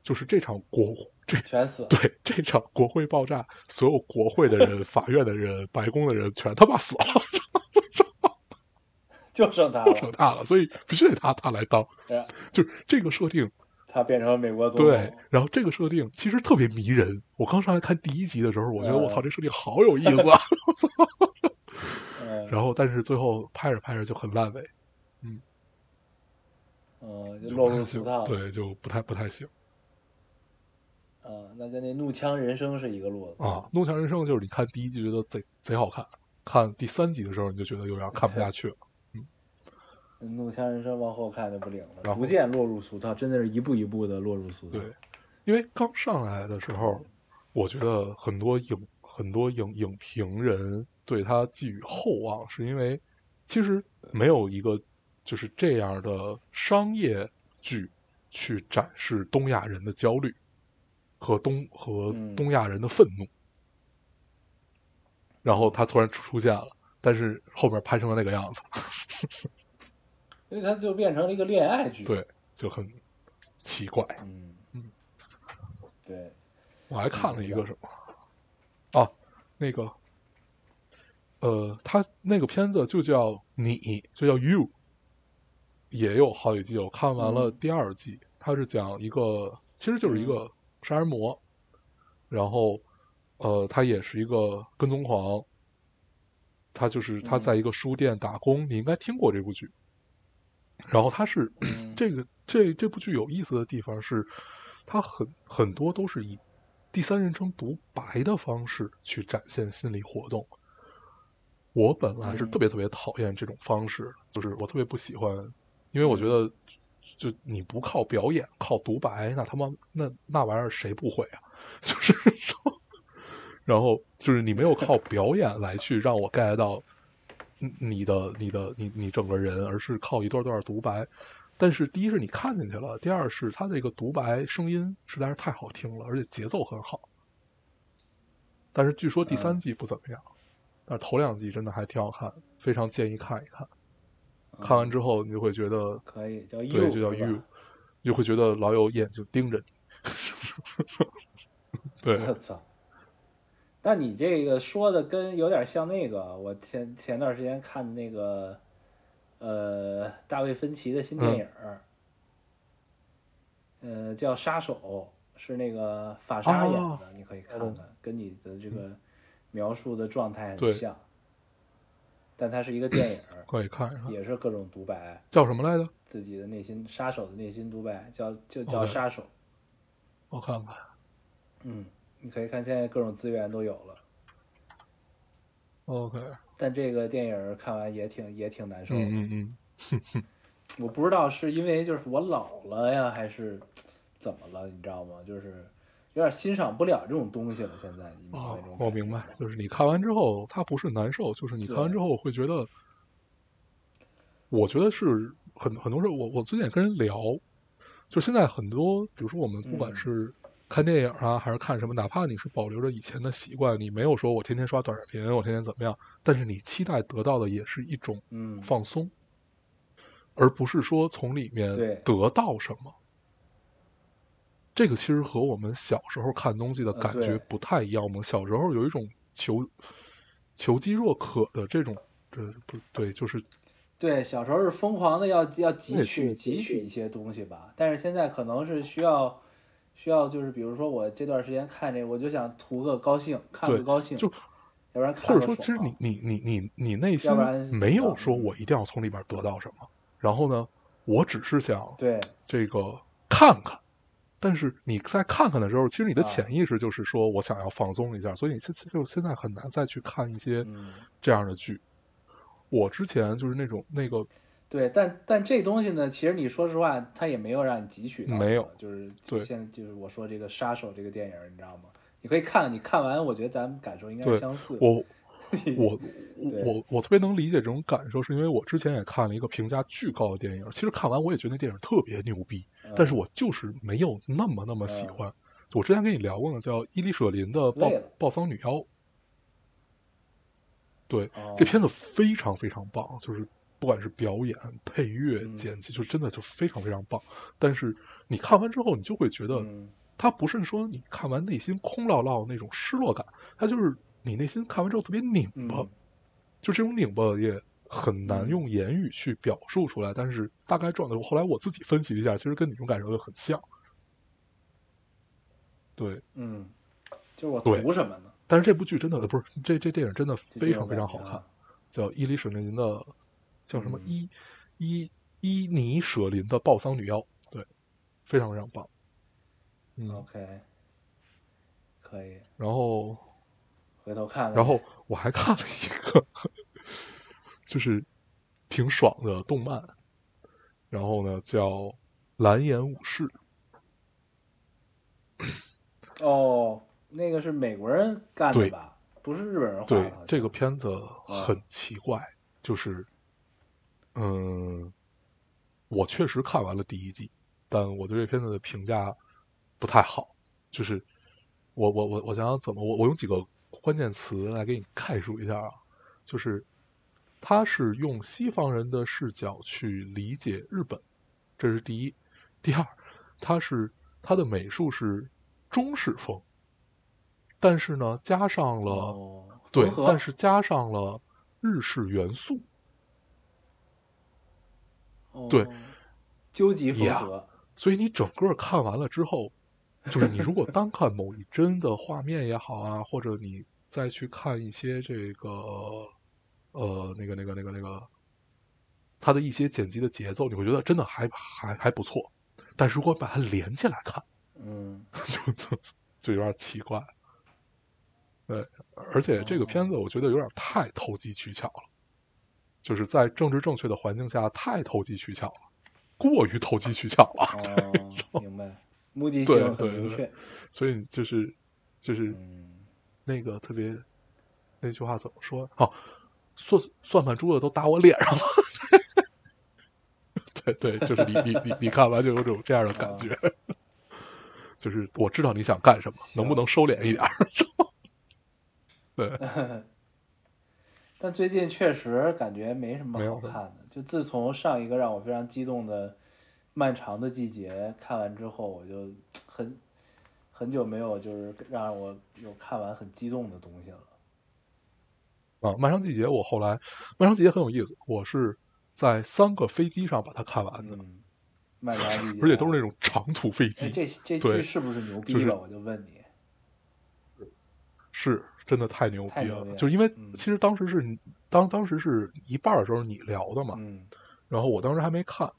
S1: 就是这场国这
S2: 全死了。
S1: 对这场国会爆炸，所有国会的人、法院的人、白宫的人全他妈死了，
S2: 就剩他
S1: 都剩
S2: 了。
S1: 他了，所以必须得他他来当。
S2: 哎
S1: 就是这个设定，
S2: 他变成了美国总统。
S1: 对，然后这个设定其实特别迷人。我刚上来看第一集的时候，我觉得
S2: 嗯
S1: 我操，这设定好有 意思啊！
S2: 嗯，
S1: 然后但是最后拍着拍着就很烂尾，
S2: 嗯，就
S1: 就
S2: 落
S1: 不太
S2: 入
S1: 行
S2: 俗套。，
S1: 对，就不太不太行
S2: 嗯，那跟那《怒呛人生》是一个路子。
S1: 啊。《怒呛人生》就是你看第一集觉得贼贼好看，看第三集的时候你就觉得有点看不下去了。
S2: 《怒呛人生》往后看就不灵了，
S1: 然后
S2: 逐渐落入俗套，真的是一步一步的落入俗套。
S1: 对，因为刚上来的时候，我觉得很多影很多影影评人对他寄予厚望，是因为其实没有一个就是这样的商业剧去展示东亚人的焦虑和东和
S2: 嗯
S1: 东亚人的愤怒，然后他突然出出现了，但是后面拍成了那个样子，
S2: 所以它就变成了一个恋爱剧。，
S1: 对，就很奇怪。
S2: 嗯
S1: 嗯
S2: 对，
S1: 我还看了一个什么啊，那个，呃，他那个片子就叫《你》，就叫《You》，也有好几季。我看完了第二季，它是讲一个，其实就是一个杀人魔，然后，呃，他也是一个跟踪狂，他就是他
S2: 嗯
S1: 在一个书店打工。你应该听过这部剧。然后他是
S2: 嗯
S1: 这个这这部剧有意思的地方是，它很很多都是以第三人称独白的方式去展现心理活动。我本来是
S2: 嗯
S1: 特别特别讨厌这种方式的，就是我特别不喜欢，因为我觉
S2: 嗯
S1: 得就就你不靠表演，靠独白，那他妈那那玩意儿谁不会啊？ 就是说，然后就是你没有靠表演来去让我 get 到你你的你的你你整个人，而是靠一段段独白。但是第一是你看进去了，第二是他这个独白声音实在是太好听了，而且节奏很好。但是据说第
S2: 嗯
S1: 三季不怎么样，但是头两季真的还挺好看，非常建议看一看。
S2: 嗯
S1: 看完之后你就会觉得，
S2: 可以叫 you，
S1: 对，就叫
S2: 是吧
S1: you，你就会觉得老有眼睛盯着你。 对，
S2: 我操！那你这个说的跟有点像那个，我前前段时间看那个，呃，大卫芬奇的新电影儿，呃，叫《杀手》，是那个法沙演的，
S1: 嗯哦
S2: 你可以看看，跟你的这个描述的状态
S1: 对
S2: 很像。但它是一个电影儿，
S1: 可以看一看，
S2: 也是各种独白，
S1: 叫什么来着？
S2: 自己的内心杀手的内心独白，叫就
S1: 好
S2: 叫
S1: 的
S2: 杀手。
S1: 我看看，
S2: 嗯，你可以看现在各种资源都有了，
S1: OK，
S2: 但这个电影儿看完也挺也挺难受的。
S1: 嗯嗯嗯，
S2: 我不知道是因为就是我老了呀，还是怎么了，你知道吗？就是有点欣赏不了这种东西了。现在你明白
S1: 哦
S2: 这种，
S1: 我
S2: 感觉
S1: 明白
S2: 吗，
S1: 就是你看完之后，它不是难受，就是你看完之后会觉得，我觉得是很很多时候，我我最近也跟人聊，就现在很多，比如说我们不管
S2: 嗯
S1: 是看电影啊，还是看什么，哪怕你是保留着以前的习惯，你没有说我天天刷短视频，我天天怎么样，但是你期待得到的也是一种
S2: 嗯，
S1: 放松，而不是说从里面
S2: 对
S1: 得到什么。这个其实和我们小时候看东西的
S2: 呃
S1: 感觉
S2: 对
S1: 不太一样。我们小时候有一种求求饥若渴的这种，这不对，就是
S2: 对，小时候是疯狂的要
S3: 对
S2: 要汲取
S3: 对
S2: 汲取一些东西吧，但是现在可能是需要需要就是比如说我这段时间看这，我就想图个高兴，看
S1: 对
S2: 个高兴，
S1: 就
S2: 要不然
S1: 或
S2: 看
S1: 者
S2: 个
S1: 说，
S2: 爽
S1: 其实你你你你你内心
S2: 要不然
S1: 没有
S2: 嗯
S1: 说我一定要从里面得到什么。然后呢，我只是想
S2: 对
S1: 这个看看。但是你在看看的时候，其实你的
S2: 啊
S1: 潜意识就是说我想要放松一下，所以你现就现在很难再去看一些
S2: 嗯
S1: 这样的剧。我之前就是那种 那个
S2: 对，但但这东西呢，其实你说实话，它也没有让你汲取到什么，
S1: 没有
S2: 就是
S1: 对
S2: 现在就是我说这个杀手这个电影儿，你知道吗？你可以看，你看完，我觉得咱们感受应该
S1: 对
S2: 是相似的。
S1: 我我
S2: 对
S1: 我我特别能理解这种感受，是因为我之前也看了一个评价巨高的电影，其实看完我也觉得那电影特别牛逼，但是我就是没有那么那么喜
S2: 嗯
S1: 欢。我之前跟你聊过呢，叫伊丽舍林的《暴
S2: 累了
S1: 暴丧女妖》。对，
S2: 哦
S1: 这片子非常非常棒，就是不管是表演、配乐、
S2: 嗯
S1: 剪辑，就真的就非常非常棒。但是你看完之后，你就会觉得，
S2: 嗯
S1: 它不是说你看完内心空落落那种失落感，它就是你内心看完之后特别拧巴，
S2: 嗯
S1: 就这种拧巴也很难
S2: 嗯
S1: 用言语去表述出来。但是大概状态，后来我自己分析一下，其实跟你这种感受就很像。对，
S2: 嗯，就是我
S1: 对
S2: 图什么呢？
S1: 但是这部剧真的呃不是这这电影真的
S2: 就
S1: 非
S2: 这
S1: 常
S2: 种
S1: 非常
S2: 感
S1: 好
S2: 觉
S1: 看
S2: 啊，。
S1: 叫伊犁舍林的叫什么
S2: 嗯
S1: 伊伊伊尼舍林的暴丧女妖，对，非常非常棒。嗯，
S2: OK，可以
S1: 然后
S2: 回头看看。
S1: 然后我还看了一个，就是挺爽的动漫，然后呢叫《蓝颜武士》，
S2: 哦，那个是美国人干的
S1: 对
S2: 吧？不是日本人画的
S1: 对
S2: 好像。
S1: 这个片子很奇怪，就是，嗯，我确实看完了第一季，但我对这片子的评价不太好。就是我我我我想想怎么我我用几个关键词来给你概述一下啊，就是他是用西方人的视角去理解日本，这是第一。第二，它是它的美术是中式风，但是呢加上了、
S2: 哦，
S1: 对
S2: 缝，合
S1: 但是加上了日式元素，对
S2: 哦究极缝
S1: 呀
S2: 合。
S1: 所以你整个看完了之后，就是你如果单看某一帧的画面也好啊，或者你再去看一些这个呃那个那个那个那个它的一些剪辑的节奏，你会觉得真的还还还不错。但如果把它连起来看，
S2: 嗯，
S1: 就就就有点奇怪。对，而且这个片子我觉得有点太投机取巧了，就是在政治正确的环境下太投机取巧了，过于投机取巧了，
S2: 哦，明白，目的
S1: 对
S2: 性很
S1: 对
S2: 明
S1: 对
S2: 确。
S1: 所以就是就是
S2: 嗯，
S1: 那个特别那句话怎么说？哦，算算盘珠子都打我脸上了。 对对，就是你你你你看完就有种这样的感觉，
S2: 啊
S1: 就是我知道你想干什么，能不能收敛一点儿？
S2: 但最近确实感觉没什么
S1: 没有
S2: 好
S1: 什么
S2: 看的。就自从上一个让我非常激动的《漫长的季节》看完之后，我就很很久没有就是让我有看完很激动的东西了。
S1: 啊，《漫长季节》我后来，《漫长季节》很有意思，我是在三个飞机上把它看完的，
S2: 嗯，漫长 的季节，
S1: 而且都是那种长途飞
S2: 哎，
S1: 机，
S2: 这这
S1: 对
S2: 剧是不是牛逼
S1: 就是啊
S2: 了？我就问你。
S1: 是真的太牛
S2: 太
S1: 逼
S2: 牛
S1: 了
S2: 逼。了
S1: 就是因为
S2: 嗯
S1: 其实当时是当当时是一半儿的时候你聊的嘛，
S2: 嗯
S1: 然后我当时还没看，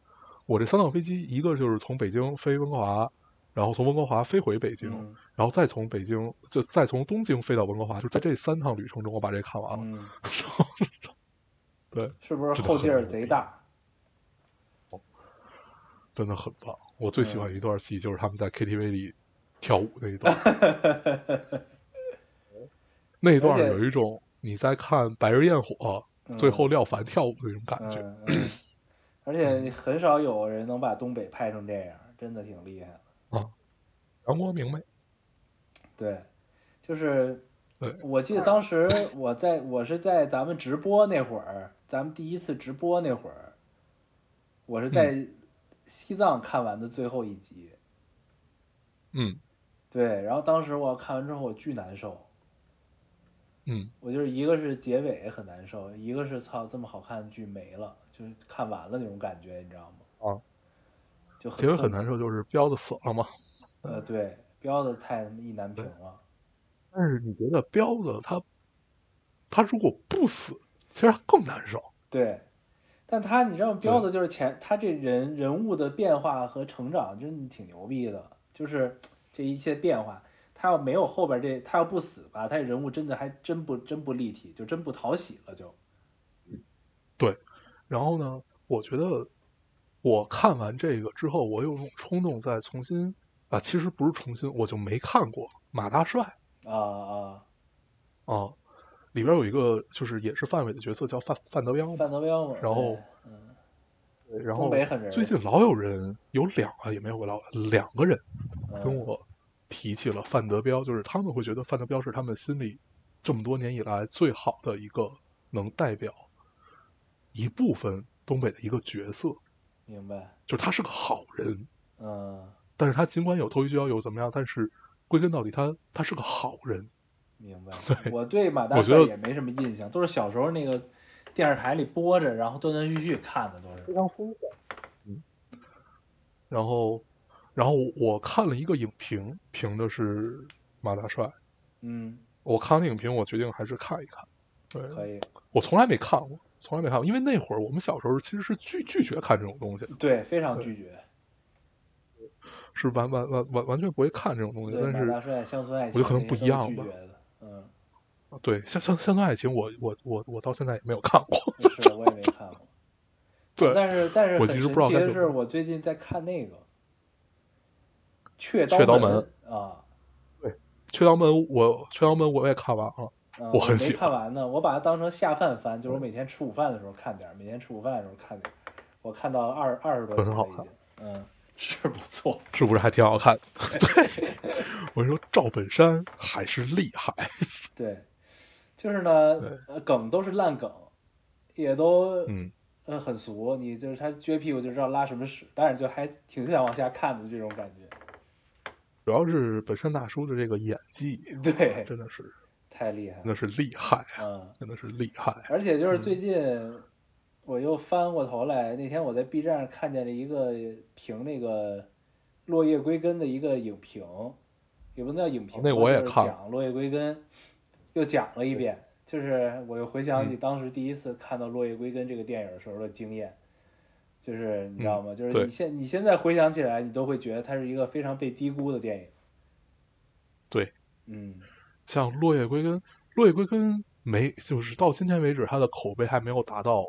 S1: 我这三趟飞机，一个就是从北京飞温哥华，然后从温哥华飞回北京，
S2: 嗯
S1: 然后再从北京就再从东京飞到温哥华，就在这三趟旅程中，我把这看完了。
S2: 嗯，
S1: 对，
S2: 是不是后劲儿贼大？
S1: 真的很棒。我最喜
S2: 嗯
S1: 欢一段戏就是他们在 KTV 里跳舞那一段， 那一
S2: 而
S1: 段
S2: 且
S1: 有一种你在看《白日焰火》
S2: 嗯
S1: 最后廖凡跳舞的那种感
S2: 嗯
S1: 觉。嗯
S2: 嗯，而且很少有人能把东北拍成这样，真的挺厉害的。
S1: 阳光明媚，
S2: 对，就是
S1: 对
S2: 我记得当时我在我是在咱们直播那会儿，咱们第一次直播那会儿，我是在西藏看完的最后一集。
S1: 嗯
S2: 对，然后当时我看完之后，我巨难受。
S1: 嗯，
S2: 我就是一个是结尾很难受，一个是操这么好看的剧没了，就是看完了那种感觉，你知道吗？
S1: 啊，
S2: 就很
S1: 结尾
S2: 痛
S1: 很难受，就是彪子死了嘛。
S2: 苦。呃，对，标的太意难平了。
S1: 但是你觉得彪子他他如果不死，其实更难受。
S2: 对，但他你知道吗？标的就是前他这人人物的变化和成长，真的挺牛逼的。就是这一切变化，他要没有后边这，他要不死吧，他这人物真的还真不真不立体，就真不讨喜了就。
S1: 然后呢，我觉得我看完这个之后，我有种冲动再重新啊，其实不是重新，我就没看过《马大帅》
S2: 啊啊，
S1: 啊，里边有一个就是也是范伟的角色叫范范德彪嘛，
S2: 范德彪嘛。
S1: 然后
S2: 对嗯，
S1: 对然
S2: 东
S1: 后
S2: 北狠人
S1: 最近老有人有两个也没有个老两个人
S2: 嗯
S1: 跟我提起了范德彪，就是他们会觉得范德彪是他们心里这么多年以来最好的一个能代表一部分东北的一个角色，
S2: 明白。
S1: 就是他是个好人，
S2: 嗯，
S1: 但是他尽管有投机取巧有怎么样，但是归根到底他他是个好人，
S2: 明白。我对马大
S1: 我觉
S2: 帅
S1: 得
S2: 也没什么印象，都是小时候那个电视台里播着，然后断断续续看的都是。
S1: 常丰富。嗯，然后然后我看了一个影评，评的是马大帅。
S2: 嗯，
S1: 我看完那影评，我决定还是看一看。对，
S2: 可以。
S1: 我从来没看过，从来没看过，因为那会儿我们小时候其实是拒拒绝看这种东西，
S2: 对，非常拒绝。
S1: 是完完完完完全不会看这种东西。
S2: 对
S1: 但
S2: 马大
S1: 是
S2: 帅、乡村爱情，
S1: 我就可能不一样
S2: 拒
S1: 吧
S2: 绝的。嗯，
S1: 对，像像像《爱情》我，我我我到现在也没有看过。
S2: 就是我也没看过。
S1: 对，
S2: 但是但是很
S1: 我其实
S2: 神
S1: 不知道
S2: 奇
S1: 该
S2: 的
S1: 怎
S2: 是，
S1: 么
S2: 我最近在看那个《雀
S1: 雀刀
S2: 门
S1: 门》
S2: 啊。
S1: 《雀刀门》我《雀刀门》我也看完了。
S2: 嗯
S1: 我
S2: 我
S1: 很
S2: 没
S1: 喜嗯
S2: 看完呢，我把它当成下饭番，就是我每天吃午饭的时候看点儿，每天吃午饭的时候看点儿。我看到二二十多集
S1: 很好
S2: 了已经，嗯，是不 错，
S1: 是不是还挺 好看？对，我说赵本山还是厉害。
S2: 对，就是呢，呃梗都是烂梗，也都
S1: 嗯，
S2: 呃很俗，你就是他撅屁股就知道拉什么屎，但是就还挺想往下看的这种感觉，
S1: 主要是本山大叔的这个演技，
S2: 对，
S1: 真的是
S2: 太厉害
S1: 真的
S2: 了，
S1: 是厉害啊，
S2: 嗯，
S1: 真的是厉害。
S2: 而且就是最近我又翻过头来，那天我在 B 站上看见了一个评那个《落叶归根》的一个影评，也不能叫影评吧，
S1: 那我也
S2: 就是
S1: 看了
S2: 讲《落叶归根》，又讲了一遍。就是我又回想
S1: 嗯
S2: 起当时第一次看到《落叶归根》这个电影的时候的经验，就是你知道吗？就是
S1: 嗯对
S2: 你现你现在回想起来，你都会觉得它是一个非常被低估的电影。
S1: 对，
S2: 嗯，
S1: 像《落叶归根》，《落叶归根》没，就是到今天为止，他的口碑还没有达到，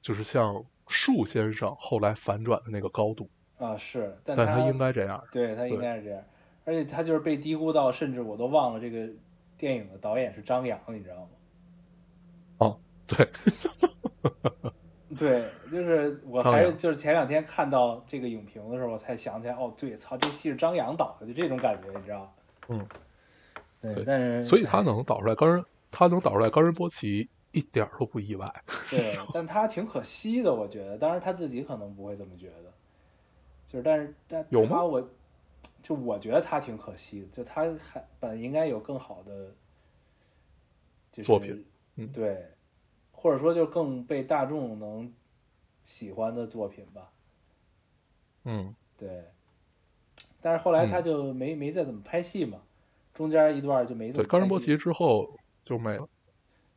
S1: 就是像树先生后来反转的那个高度，
S2: 啊是，但
S1: 但
S2: 它
S1: 他应该这样。
S2: 对他应该是这样，而且他就是被低估到，甚至我都忘了这个电影的导演是张扬，你知道吗？
S1: 哦，对，
S2: 对，就是我
S1: 张
S2: 还是
S1: 扬
S2: 就是前两天看到这个影评的时候，我才想起来，哦，对，操，这戏是张扬导的，就这种感觉，你知道吗？
S1: 嗯，
S2: 对，
S1: 对
S2: 但是
S1: 所以他能导出来高人，他能导出来高人波奇，一点儿都不意外。
S2: 对，但他挺可惜的，我觉得，当然他自己可能不会这么觉得，就是但是但
S1: 有
S2: 他
S1: 吗
S2: 我就我觉得他挺可惜的，就他还本应该有更好的、就是、
S1: 作品，嗯
S2: 对，或者说就更被大众能喜欢的作品吧，
S1: 嗯，
S2: 对。但是后来他
S1: 嗯
S2: 就没、没再怎么拍戏嘛，中间一段就没怎
S1: 对，
S2: 么
S1: 高人
S2: 拍
S1: 波
S2: 戏
S1: 奇之后就没了。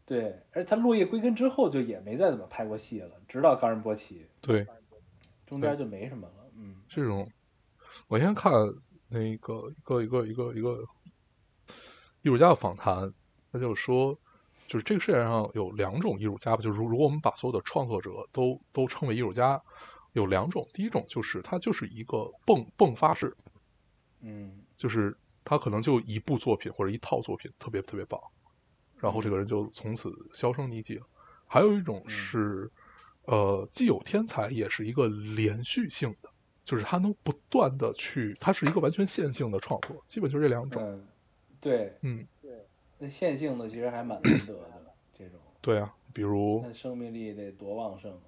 S2: 对，而他落叶归根之后就也没再怎么拍过戏了，直到冈仁波齐，
S1: 对，
S2: 中间就没什么了。嗯，
S1: 这种，我先看那个一个一个一个一个艺术家的访谈，他就说，就是这个世界上有两种艺术家吧，就是如如果我们把所有的创作者都都称为艺术家，有两种，第一种就是他就是一个迸迸发式，
S2: 嗯
S1: 就是他可能就一部作品或者一套作品特别特别棒，然后这个人就从此销声匿迹了。还有一种是，呃，既有天才，也是一个连续性的，就是他能不断的去，他是一个完全线性的创作，基本就是这两种。
S2: 嗯，对，
S1: 嗯，
S2: 那线性的其实还蛮难得的，这种，
S1: 对啊，比如
S2: 那生命力得多旺盛啊！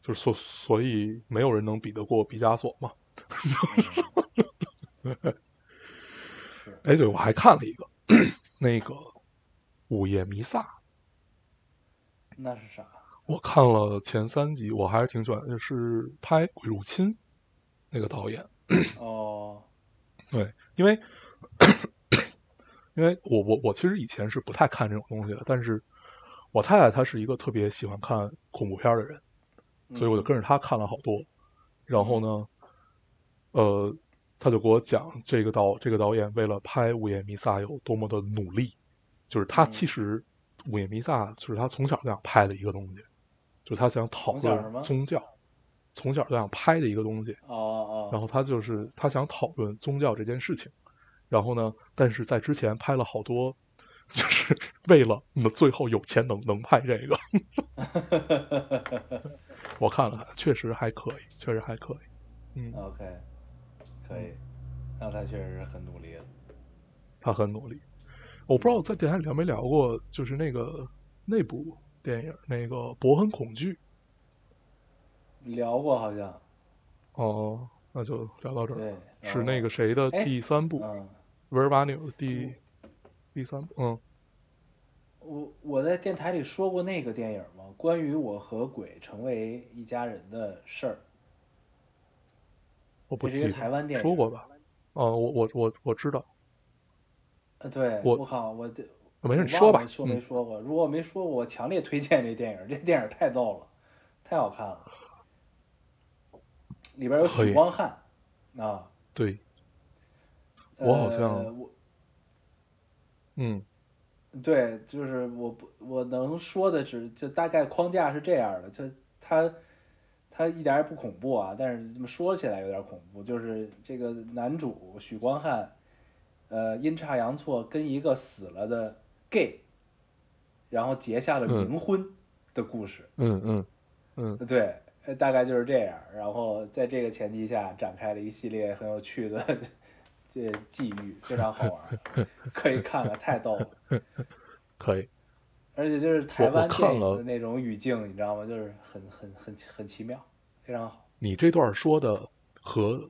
S1: 就是所所以没有人能比得过毕加索嘛。
S2: 是，
S1: 哎，对，我还看了一个 那个《午夜弥撒》，
S2: 那是啥？
S1: 我看了前三集，我还是挺喜欢，就是拍《鬼入侵》那个导演，
S2: 哦，
S1: 对，因为 因为我我我其实以前是不太看这种东西的，但是我太太她是一个特别喜欢看恐怖片儿的人，
S2: 嗯
S1: 所以我就跟着她看了好多。然后呢，
S2: 嗯
S1: 呃，她就给我讲这个导这个导演为了拍《午夜弥撒》有多么的努力，就是他
S2: 嗯
S1: 其实《午夜弥撒》就是他从小就想拍的一个东西，就是他想讨
S2: 从小什么
S1: 论宗教，从小就想拍的一个东西。
S2: 哦哦，
S1: 然后他就是他想讨论宗教这件事情，然后呢，但是在之前拍了好多，就是为了那最后有钱能能拍这个，我看了看，确实还可以，确实还可以，嗯，
S2: 哦 OK，可以，那他确实是很努力了。
S1: 他很努力。我不知道在电台里聊没聊过，就是那个那部电影那个《博很恐惧》
S2: 聊过好像，
S1: 哦，那就聊到这儿，
S2: 对，
S1: 是那个
S2: 个，
S1: 谁的
S2: 哎
S1: 第三部，
S2: 嗯，
S1: 维尔巴纽的第第三部，嗯，
S2: 我我在电台里说过那个电影吗？关于我和鬼成为一家人的事儿，
S1: 我不
S2: 这是
S1: 记
S2: 一个
S1: 得
S2: 台湾电影
S1: 说过吧？哦，我我我我知道，
S2: 呃，对，
S1: 我
S2: 我靠，我这
S1: 没事，
S2: 我
S1: 你说
S2: 忘
S1: 吧
S2: 了。说没
S1: 嗯，
S2: 说过？如果没说过，我强烈推荐这电影，这电影太逗了，太好看了。里边有
S1: 可以
S2: 许光汉啊，
S1: 对，
S2: 呃
S1: 我好像
S2: 我
S1: 嗯，
S2: 对，就是我不我能说的只就大概框架是这样的，就他他一点儿也不恐怖啊，但是这么说起来有点恐怖，就是这个男主许光汉，呃，阴差阳错跟一个死了的 gay，然后结下了
S1: 嗯
S2: 冥婚的故事。
S1: 嗯嗯嗯，
S2: 对，呃大概就是这样。然后在这个前提下，展开了一系列很有趣的 这际遇，非常好玩，可以看看，太逗了。
S1: 可以。
S2: 而且就是台
S1: 我我
S2: 湾
S1: 看
S2: 电影
S1: 了
S2: 的那种语境，你知道吗？就是很很很很奇妙，非常好。
S1: 你这段说的和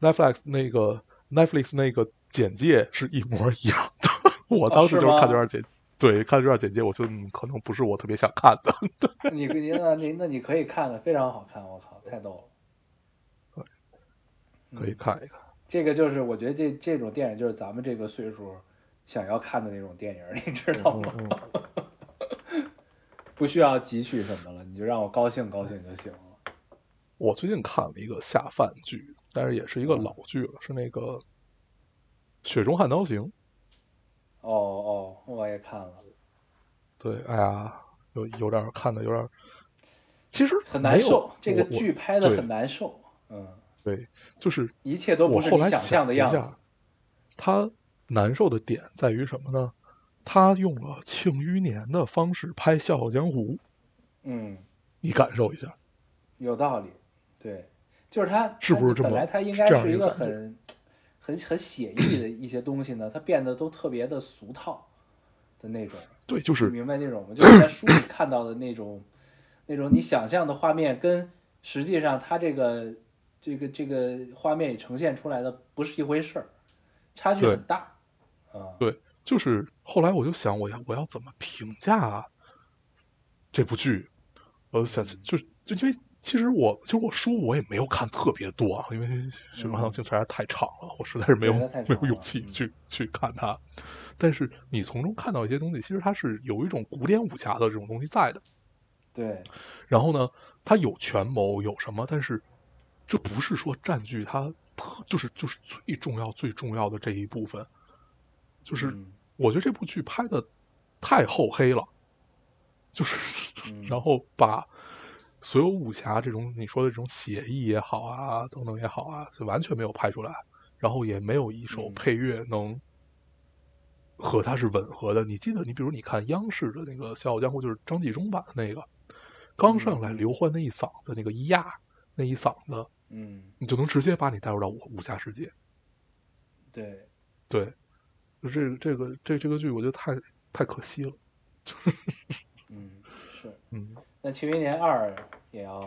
S1: Netflix 那个 Netflix 那个简介是一模一样的。我当时
S2: 是
S1: 就是
S2: 哦
S1: 看
S2: 吗
S1: 这段简，对，看这段简介，我觉得嗯可能不是我特别想看的。
S2: 你你那你那你可以看看，非常好看，我靠，太逗了。嗯
S1: 可以看一看。
S2: 这个就是我觉得这这种电影就是咱们这个岁数想要看的那种电影，你知道吗？
S1: 嗯嗯，
S2: 不需要汲取什么了，你就让我高兴高兴就行了。
S1: 我最近看了一个下饭剧，但是也是一
S2: 嗯
S1: 个老剧了，是那个《雪中悍刀行》。
S2: 哦哦，我也看了，
S1: 对，哎呀，有有点儿看的有点儿，其实
S2: 很
S1: 没
S2: 难
S1: 有
S2: 受。这个
S1: 我我
S2: 剧拍的
S1: 对
S2: 很难受，嗯，
S1: 对，就是
S2: 一切都
S1: 我
S2: 不是
S1: 后
S2: 你
S1: 来
S2: 想象
S1: 想
S2: 的
S1: 了一
S2: 样子。
S1: 下，他难受的点在于什么呢？他用了庆余年的方式拍《笑傲江湖》，
S2: 嗯，
S1: 你感受一下，
S2: 有道理，对，就是他
S1: 是不
S2: 他
S1: 是这么
S2: 本来他应
S1: 是
S2: 该
S1: 这样
S2: 是
S1: 一
S2: 一
S1: 个
S2: 个
S1: 感觉
S2: 很很很写意的一些东西呢，他变得都特别的俗套的那种，
S1: 对，就
S2: 你
S1: 是
S2: 明白那种吗？就是在书里看到的那种那种你想象的画面，跟实际上他这个这个这个画面里呈现出来的不是一回事儿，差距
S1: 对
S2: 很大啊。
S1: 对，就是后来我就想，我要我
S2: 嗯
S1: 呃要怎么评价这部剧？我就想，就就因为其实我其实我书我也没有看特别多啊，因为《寻马小径》实在太长了，我实在是没有
S2: 嗯对它太长
S1: 没有
S2: 了
S1: 勇气
S2: 嗯
S1: 去、去看它。但是你从中看到一些东西，其实它是有一种古典武侠的这种东西在的。
S2: 对，
S1: 然后呢，它有权谋，有什么，但是这不是说占据它特就是就是最重要最重要的这一部分。就是
S2: 嗯
S1: 我觉得这部剧拍的太厚黑了，就是
S2: 嗯
S1: 然后把所有武侠这种你说的这种写意也好啊，等等也好啊，就完全没有拍出来，然后也没有一首
S2: 嗯
S1: 配乐能和它是吻合的。你记得，你比如你看央视的那个《笑傲江湖》，就是张纪中版的那个，刚上来
S2: 嗯
S1: 刘欢那一嗓子，那个咿呀那一嗓子，
S2: 嗯，
S1: 你就能直接把你带入到武武侠世界。
S2: 对，
S1: 对，就这个这个这这个剧，我觉得太太可惜了。
S2: 嗯是。
S1: 嗯
S2: 那《庆余年二》也要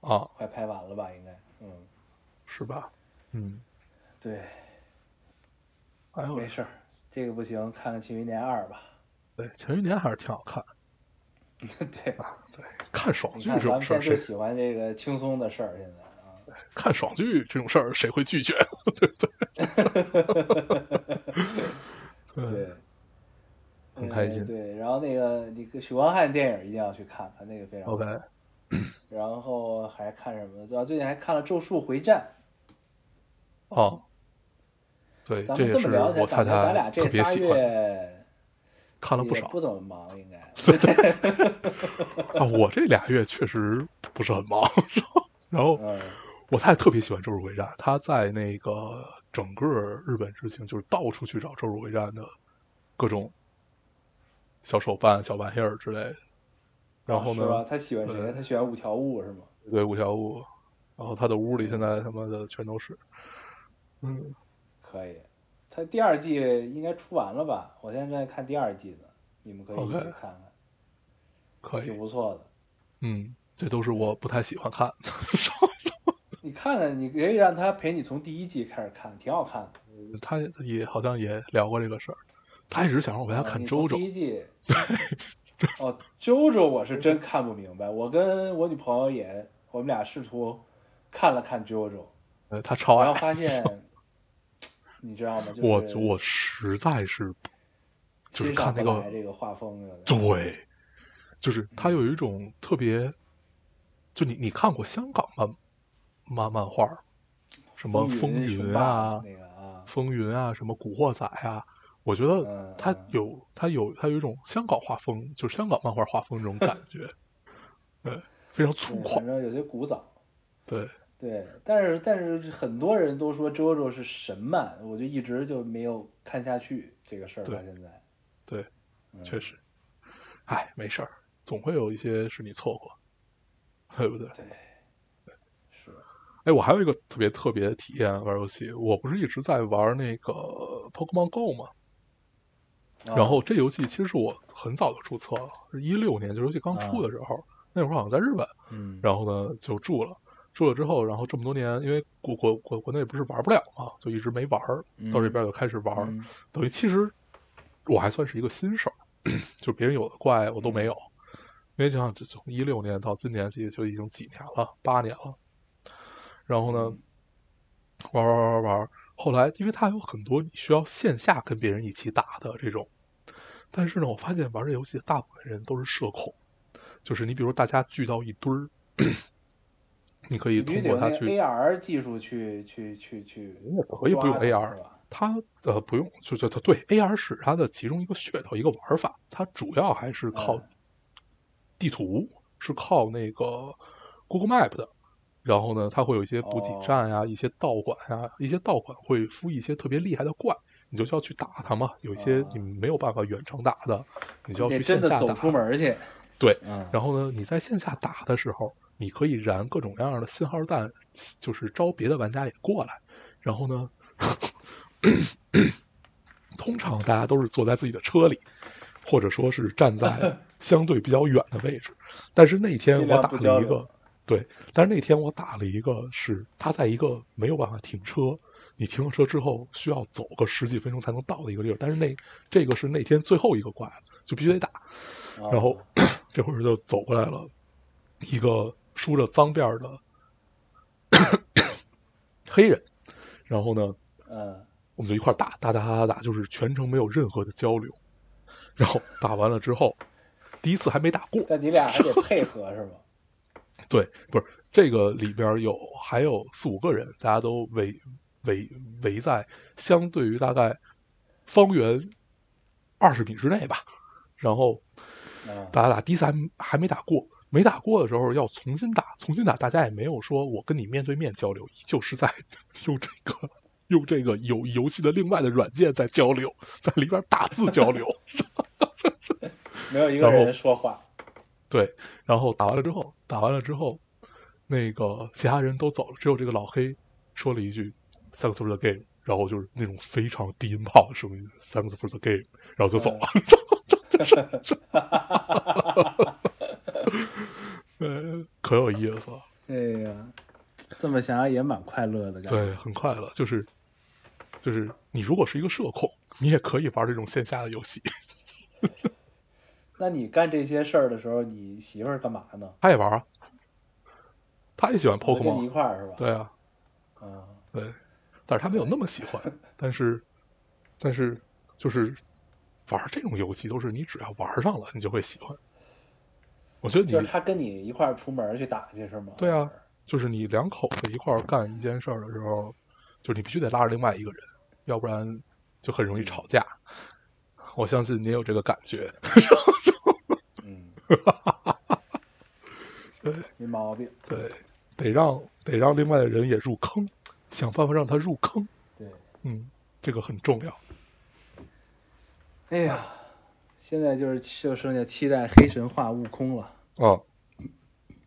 S1: 啊，
S2: 快拍完了吧？应该，嗯，
S1: 是吧？嗯，
S2: 对，
S1: 哎呦
S2: 没，事儿，这个不行，看看《庆余年二》吧。
S1: 对，前一年还是挺好看。
S2: 对，
S1: 对，看爽
S2: 你
S1: 剧
S2: 看
S1: 啊这
S2: 咱
S1: 种
S2: 们现在就
S1: 事儿，谁
S2: 喜欢这个轻松的事儿，现在啊，
S1: 看爽剧这种事儿，谁会拒绝？
S2: 对，
S1: 很开心
S2: 呃对，然后那个那个许光汉电影一定要去看看，那个非常好。
S1: OK，
S2: 然后还看什么？对吧？最近还看了《咒术回战
S1: 哦，对，》。
S2: 咱
S1: 这
S2: 们这
S1: 也
S2: 么
S1: 是
S2: 聊起来，
S1: 我太
S2: 感觉咱
S1: 太
S2: 俩
S1: 特
S2: 这
S1: 别
S2: 仨
S1: 喜欢，
S2: 月
S1: 看了
S2: 也
S1: 不少
S2: 不怎么忙， 应该。
S1: 啊。我这俩月确实不是很忙，然后
S2: 嗯
S1: 我太太特别喜欢《咒术回战》，她在那个整个日本之行，就是到处去找《咒术回战》的各种小手办、小玩意儿之类的。然后呢，
S2: 啊是吧？他喜欢谁？
S1: 呃
S2: 他喜欢五条悟是吗？
S1: 对五条悟，然后他的屋里现在他妈的全都是，嗯，
S2: 可以，他第二季应该出完了吧？我现在正在看第二季呢，你们可以一起
S1: OK
S2: 看看
S1: 可以
S2: 挺，不错的。
S1: 嗯，这都是我不太喜欢看的，
S2: 你看看，你可以让他陪你从第一季开始看，挺好看的。
S1: 他也好像也聊过这个事儿，他一直想让我陪他
S2: 啊
S1: 看
S2: 你从
S1: 周周
S2: 第，一 季。哦，周周我是真看不明白，我跟我女朋友也，我们俩试图看了看周周，
S1: 呃，他超
S2: 然后
S1: 爱
S2: 发 现，你知道吗？就是、
S1: 我，我实在是不就是
S2: 欣赏
S1: 看那
S2: 不
S1: 个
S2: 来嗯这个画风有点
S1: 对，就是他有一种特别，就你你看过香港漫漫漫画儿，什么风
S2: 风
S1: 云
S2: 雄
S1: 啊
S2: 霸，那个啊，
S1: 风云啊，什么古惑仔啊，我觉得
S2: 嗯
S1: 它
S2: 嗯
S1: 有它有它有一种香港画风，就是香港漫画画风这种感觉，对，非常粗
S2: 对
S1: 犷
S2: 嗯反，正有些古早。
S1: 对，
S2: 对，但是但是很多人都说 JoJo 是神漫，我就一直就没有看下去这个事儿到
S1: 对
S2: 现在。
S1: 对
S2: 嗯，
S1: 确实，哎，没事儿，总会有一些是你错过，对不对？
S2: 对，是，
S1: 哎，我还有一个特别特别的体验，玩游戏，我不是一直在玩那个 Pokemon Go 吗？
S2: 啊
S1: 然后这游戏其实是我很早就注册了，是一六年，这游戏刚出的时候，那会儿好像在日本，
S2: 嗯，
S1: 然后呢就住了，住了之后，然后这么多年，因为国国国国内不是玩不了嘛，就一直没玩儿，到这边就开始玩儿，
S2: 嗯
S1: 等于其实我还算是一个新手，就别人有的怪我都没有，因为就像这从一六年到今年，这也就已经几年了，八年了。然后呢，玩玩玩玩玩，后来因为它有很多你需要线下跟别人一起打的这种，但是呢，我发现玩这游戏的大部分人都是社恐，就是你比如大家聚到一堆儿， 你可以
S2: 你必须
S1: 通
S2: 得
S1: 过
S2: 用
S1: 它
S2: 那个
S1: 去
S2: AR 技术去去去去，
S1: 也可以不用 AR
S2: 是吧？
S1: 它呃不用，就就它对 AR 是它的其中一个噱头，一个玩法，它主要还是靠
S2: 嗯
S1: 地图，是靠那个 Google Map 的。然后呢，它会有一些补给
S2: 哦
S1: 站呀、一些道馆呀、一些道馆会出一些特别厉害的怪，你就需要去打它嘛。有一些
S2: 啊
S1: 你没有办法远程打的，你就要
S2: 得
S1: 去
S2: 真
S1: 线
S2: 的
S1: 下
S2: 走
S1: 打。
S2: 出门儿去。
S1: 对，
S2: 嗯，
S1: 然后呢，你在线下打的时候，你可以燃各种各样的信号弹，就是招别的玩家也过来。然后呢， 通常大家都是坐在自己的车里，或者说是站在相对比较远的位置。但是那天
S2: 尽
S1: 我
S2: 量
S1: 打
S2: 不交
S1: 了一个
S2: 流，
S1: 对，但是那天我打了一个是他在一个没有办法停车，你停了车之后需要走个十几分钟才能到的一个地儿。但是那这个是那天最后一个 怪了，就必须得打。
S2: 啊
S1: 然后这会儿就走过来了一个梳着脏辫儿的 黑人，然后呢，
S2: 嗯，
S1: 我们就一块儿打打打打打打，就是全程没有任何的交流。然后打完了之后，第一次还没打过，
S2: 但你俩还得配合是吗？
S1: 对，不是这个里边儿有还有四五个人，大家都围围围在相对于大概方圆二十米之内吧。然后
S2: 啊，
S1: 打打打，第一次还还没打过，没打过的时候要重新打，重新打，大家也没有说我跟你面对面交流，依旧是在用这个用这个游游戏的另外的软件在交流，在里边打字交流。
S2: 嗯没有一个
S1: 然后
S2: 人说话，
S1: 对，然后打完了之后，打完了之后，那个其他人都走了，只有这个老黑说了一句 “Thanks for the game”，然后就是那种非常低音炮的声音 “Thanks for the game”，然后就走了。 呃，可有意思了，
S2: 哎呀，这么想想也蛮快乐的，感觉。
S1: 对，很快乐，就是就是你如果是一个社恐，你也可以玩这种线下的游戏，
S2: 那你干这些事儿的时候，你媳妇儿干嘛呢？
S1: 他也玩啊，他也喜欢
S2: 跟你一
S1: Pokemon，
S2: 块儿是吧？
S1: 对啊，
S2: 啊，
S1: 对，但是他没有那么喜欢，但是，但是就是玩这种游戏，都是你只要玩上了，你就会喜欢。我觉
S2: 就
S1: 得
S2: 是
S1: 你
S2: 她跟你一块儿出门儿去打去是吗？
S1: 对啊，就是你两口子一块儿干一件事儿的时候，就是你必须得拉着另外一个人，要不然就很容易吵架。我相信你也有这个感觉，
S2: 嗯， 没毛病。
S1: 对，得让得让另外的人也入坑，想办法让他入坑，
S2: 对，
S1: 嗯，这个很重要。
S2: 哎呀，现在就是就剩下期待黑神话悟空了，
S1: 啊，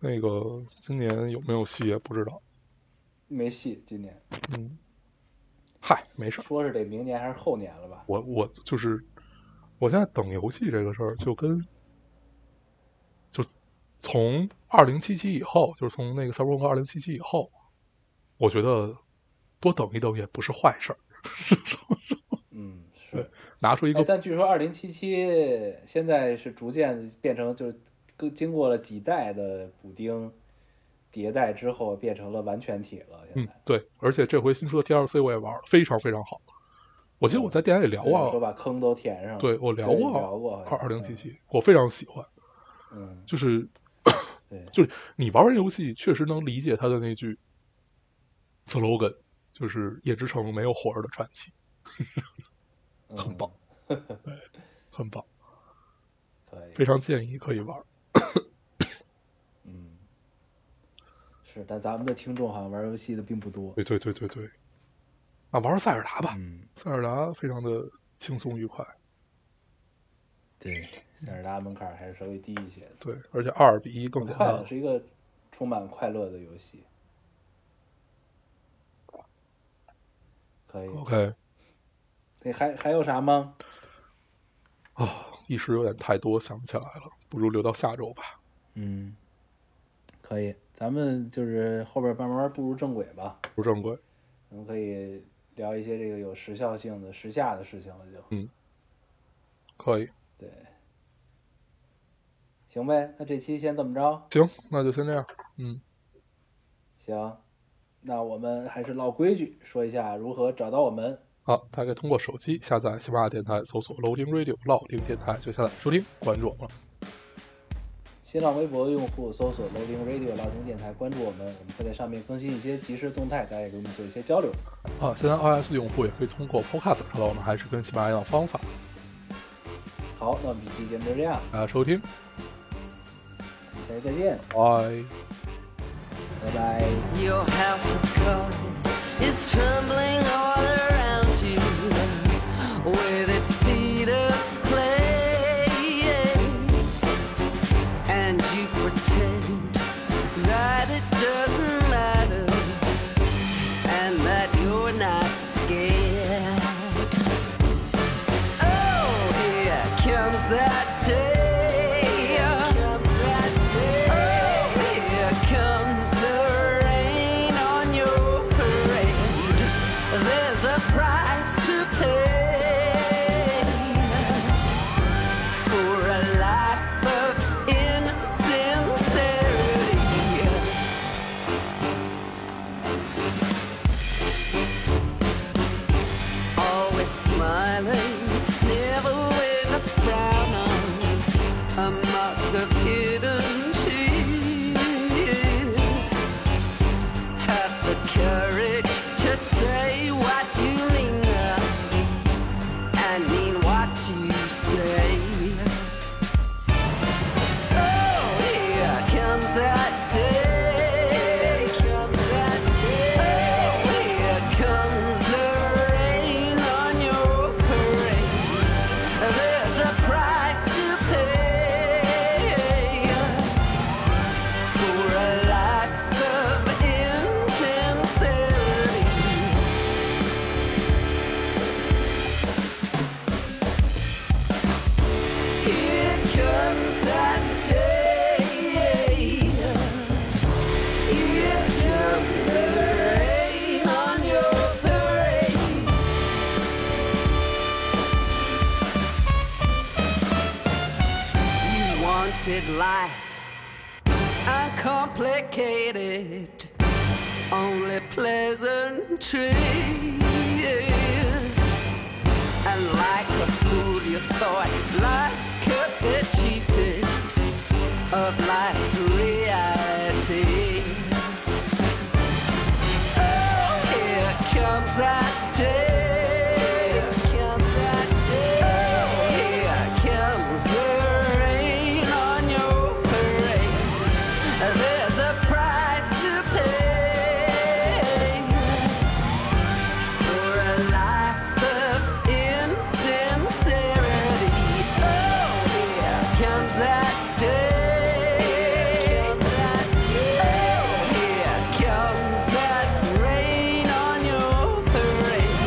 S1: 那个今年有没有戏也不知道。
S2: 没戏今年，
S1: 嗯，嗨，没事儿，
S2: 说是得明年还是后年了吧？
S1: 我我就是我现在等游戏这个事儿，就跟就从二零七七以后，就是从那个《赛博朋克二零七七》以后，我觉得多等一等也不是坏事儿。
S2: 嗯，是。
S1: 拿出一
S2: 哎
S1: 个，
S2: 但据说二零七七现在是逐渐变成，就是更经过了几代的补丁迭代之后，变成了完全体了。现
S1: 嗯
S2: 在，，
S1: 对，而且这回新出的 DLC 我也玩了，非常非常好。我记得我在电台里聊
S2: 对说
S1: 过，
S2: 把坑都填上了。
S1: 对我聊
S2: 对聊嗯过
S1: 过
S2: 好像
S1: 二二零七七，我非常喜欢，
S2: 嗯，
S1: 就是
S2: 对，嗯
S1: 就是你玩完游戏，确实能理解他的那句 slogan，就是“夜之城没有火热的传奇
S2: 嗯”，
S1: 很棒，对，很棒，
S2: 可以
S1: 非，常建议可以玩。
S2: 嗯，是，但咱们的听众好像玩游戏的并不多。
S1: 对对对对对，啊，玩玩塞尔达吧，
S2: 嗯，
S1: 塞尔达非常的轻松愉快，
S2: 对，塞尔达门槛还是稍微低一些的，
S1: 对，而且二比一更
S2: 很
S1: 简
S2: 快
S1: 单
S2: 乐，。是一个充满快乐的游戏。可以，
S1: OK
S2: 对，还还有啥吗？
S1: 啊，一时有点太多想不起来了，不如留到下周吧。
S2: 嗯，可以，咱们就是后边慢慢步入正轨吧，
S1: 不正规，
S2: 咱们可以聊一些这个有时效性的、时下的事情了就，
S1: 可以，
S2: 对，行呗，那这期先这么着，
S1: 行，那就先这样。嗯，
S2: 行，那我们还是老规矩，说一下如何找到我们。
S1: 好、大家可以通过手机下载喜马拉雅电台，搜索 “Loading Radio” 老丁电台就下载收听，关注我们了。
S2: 新浪微博用户搜索 Loading Radio 老丁电台，关注我们，我们会在上面更新一些即时动态，大家也跟我们做一些交流。
S1: 啊，现在 iOS 用户也可以通过 Podcast 找到我们，还是跟喜马拉雅一样的方法
S2: 好，那我们这期节目就这样，
S1: 大家收听。
S2: 我们下期再见，
S1: 拜。
S2: 拜拜。
S4: Your house of cards is trembling all around you with its feet of clay. And you pretend that it doesn't matter and that you're not scared. Oh, here comes that day. Oh, here comes the rain on your parade. There's a smiling, never with a frown on a mask of hidden tears. Have the courage to say what you mean uh, and mean what you say. Oh, here comes that day. Comes that day. Oh, here comes the rain on your parade. There's a price to pay for a life of insincerity. Here comes that day. Here comes the rain on your parade. You wanted life uncomplicated, only pleasantries. And like a fool, you thought life could be cheated of life's realities. Oh, here comes that day. Here comes that day. Oh, here comes the rain on your parade. There's a price to pay for a life of insincerity. Oh, here comes that day. Oh, here comes that rain on your parade.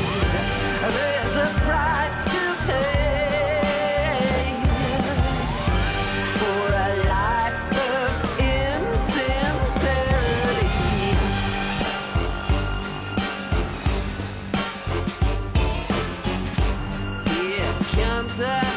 S4: There's a price to pay for a life of insincerity. Here comes the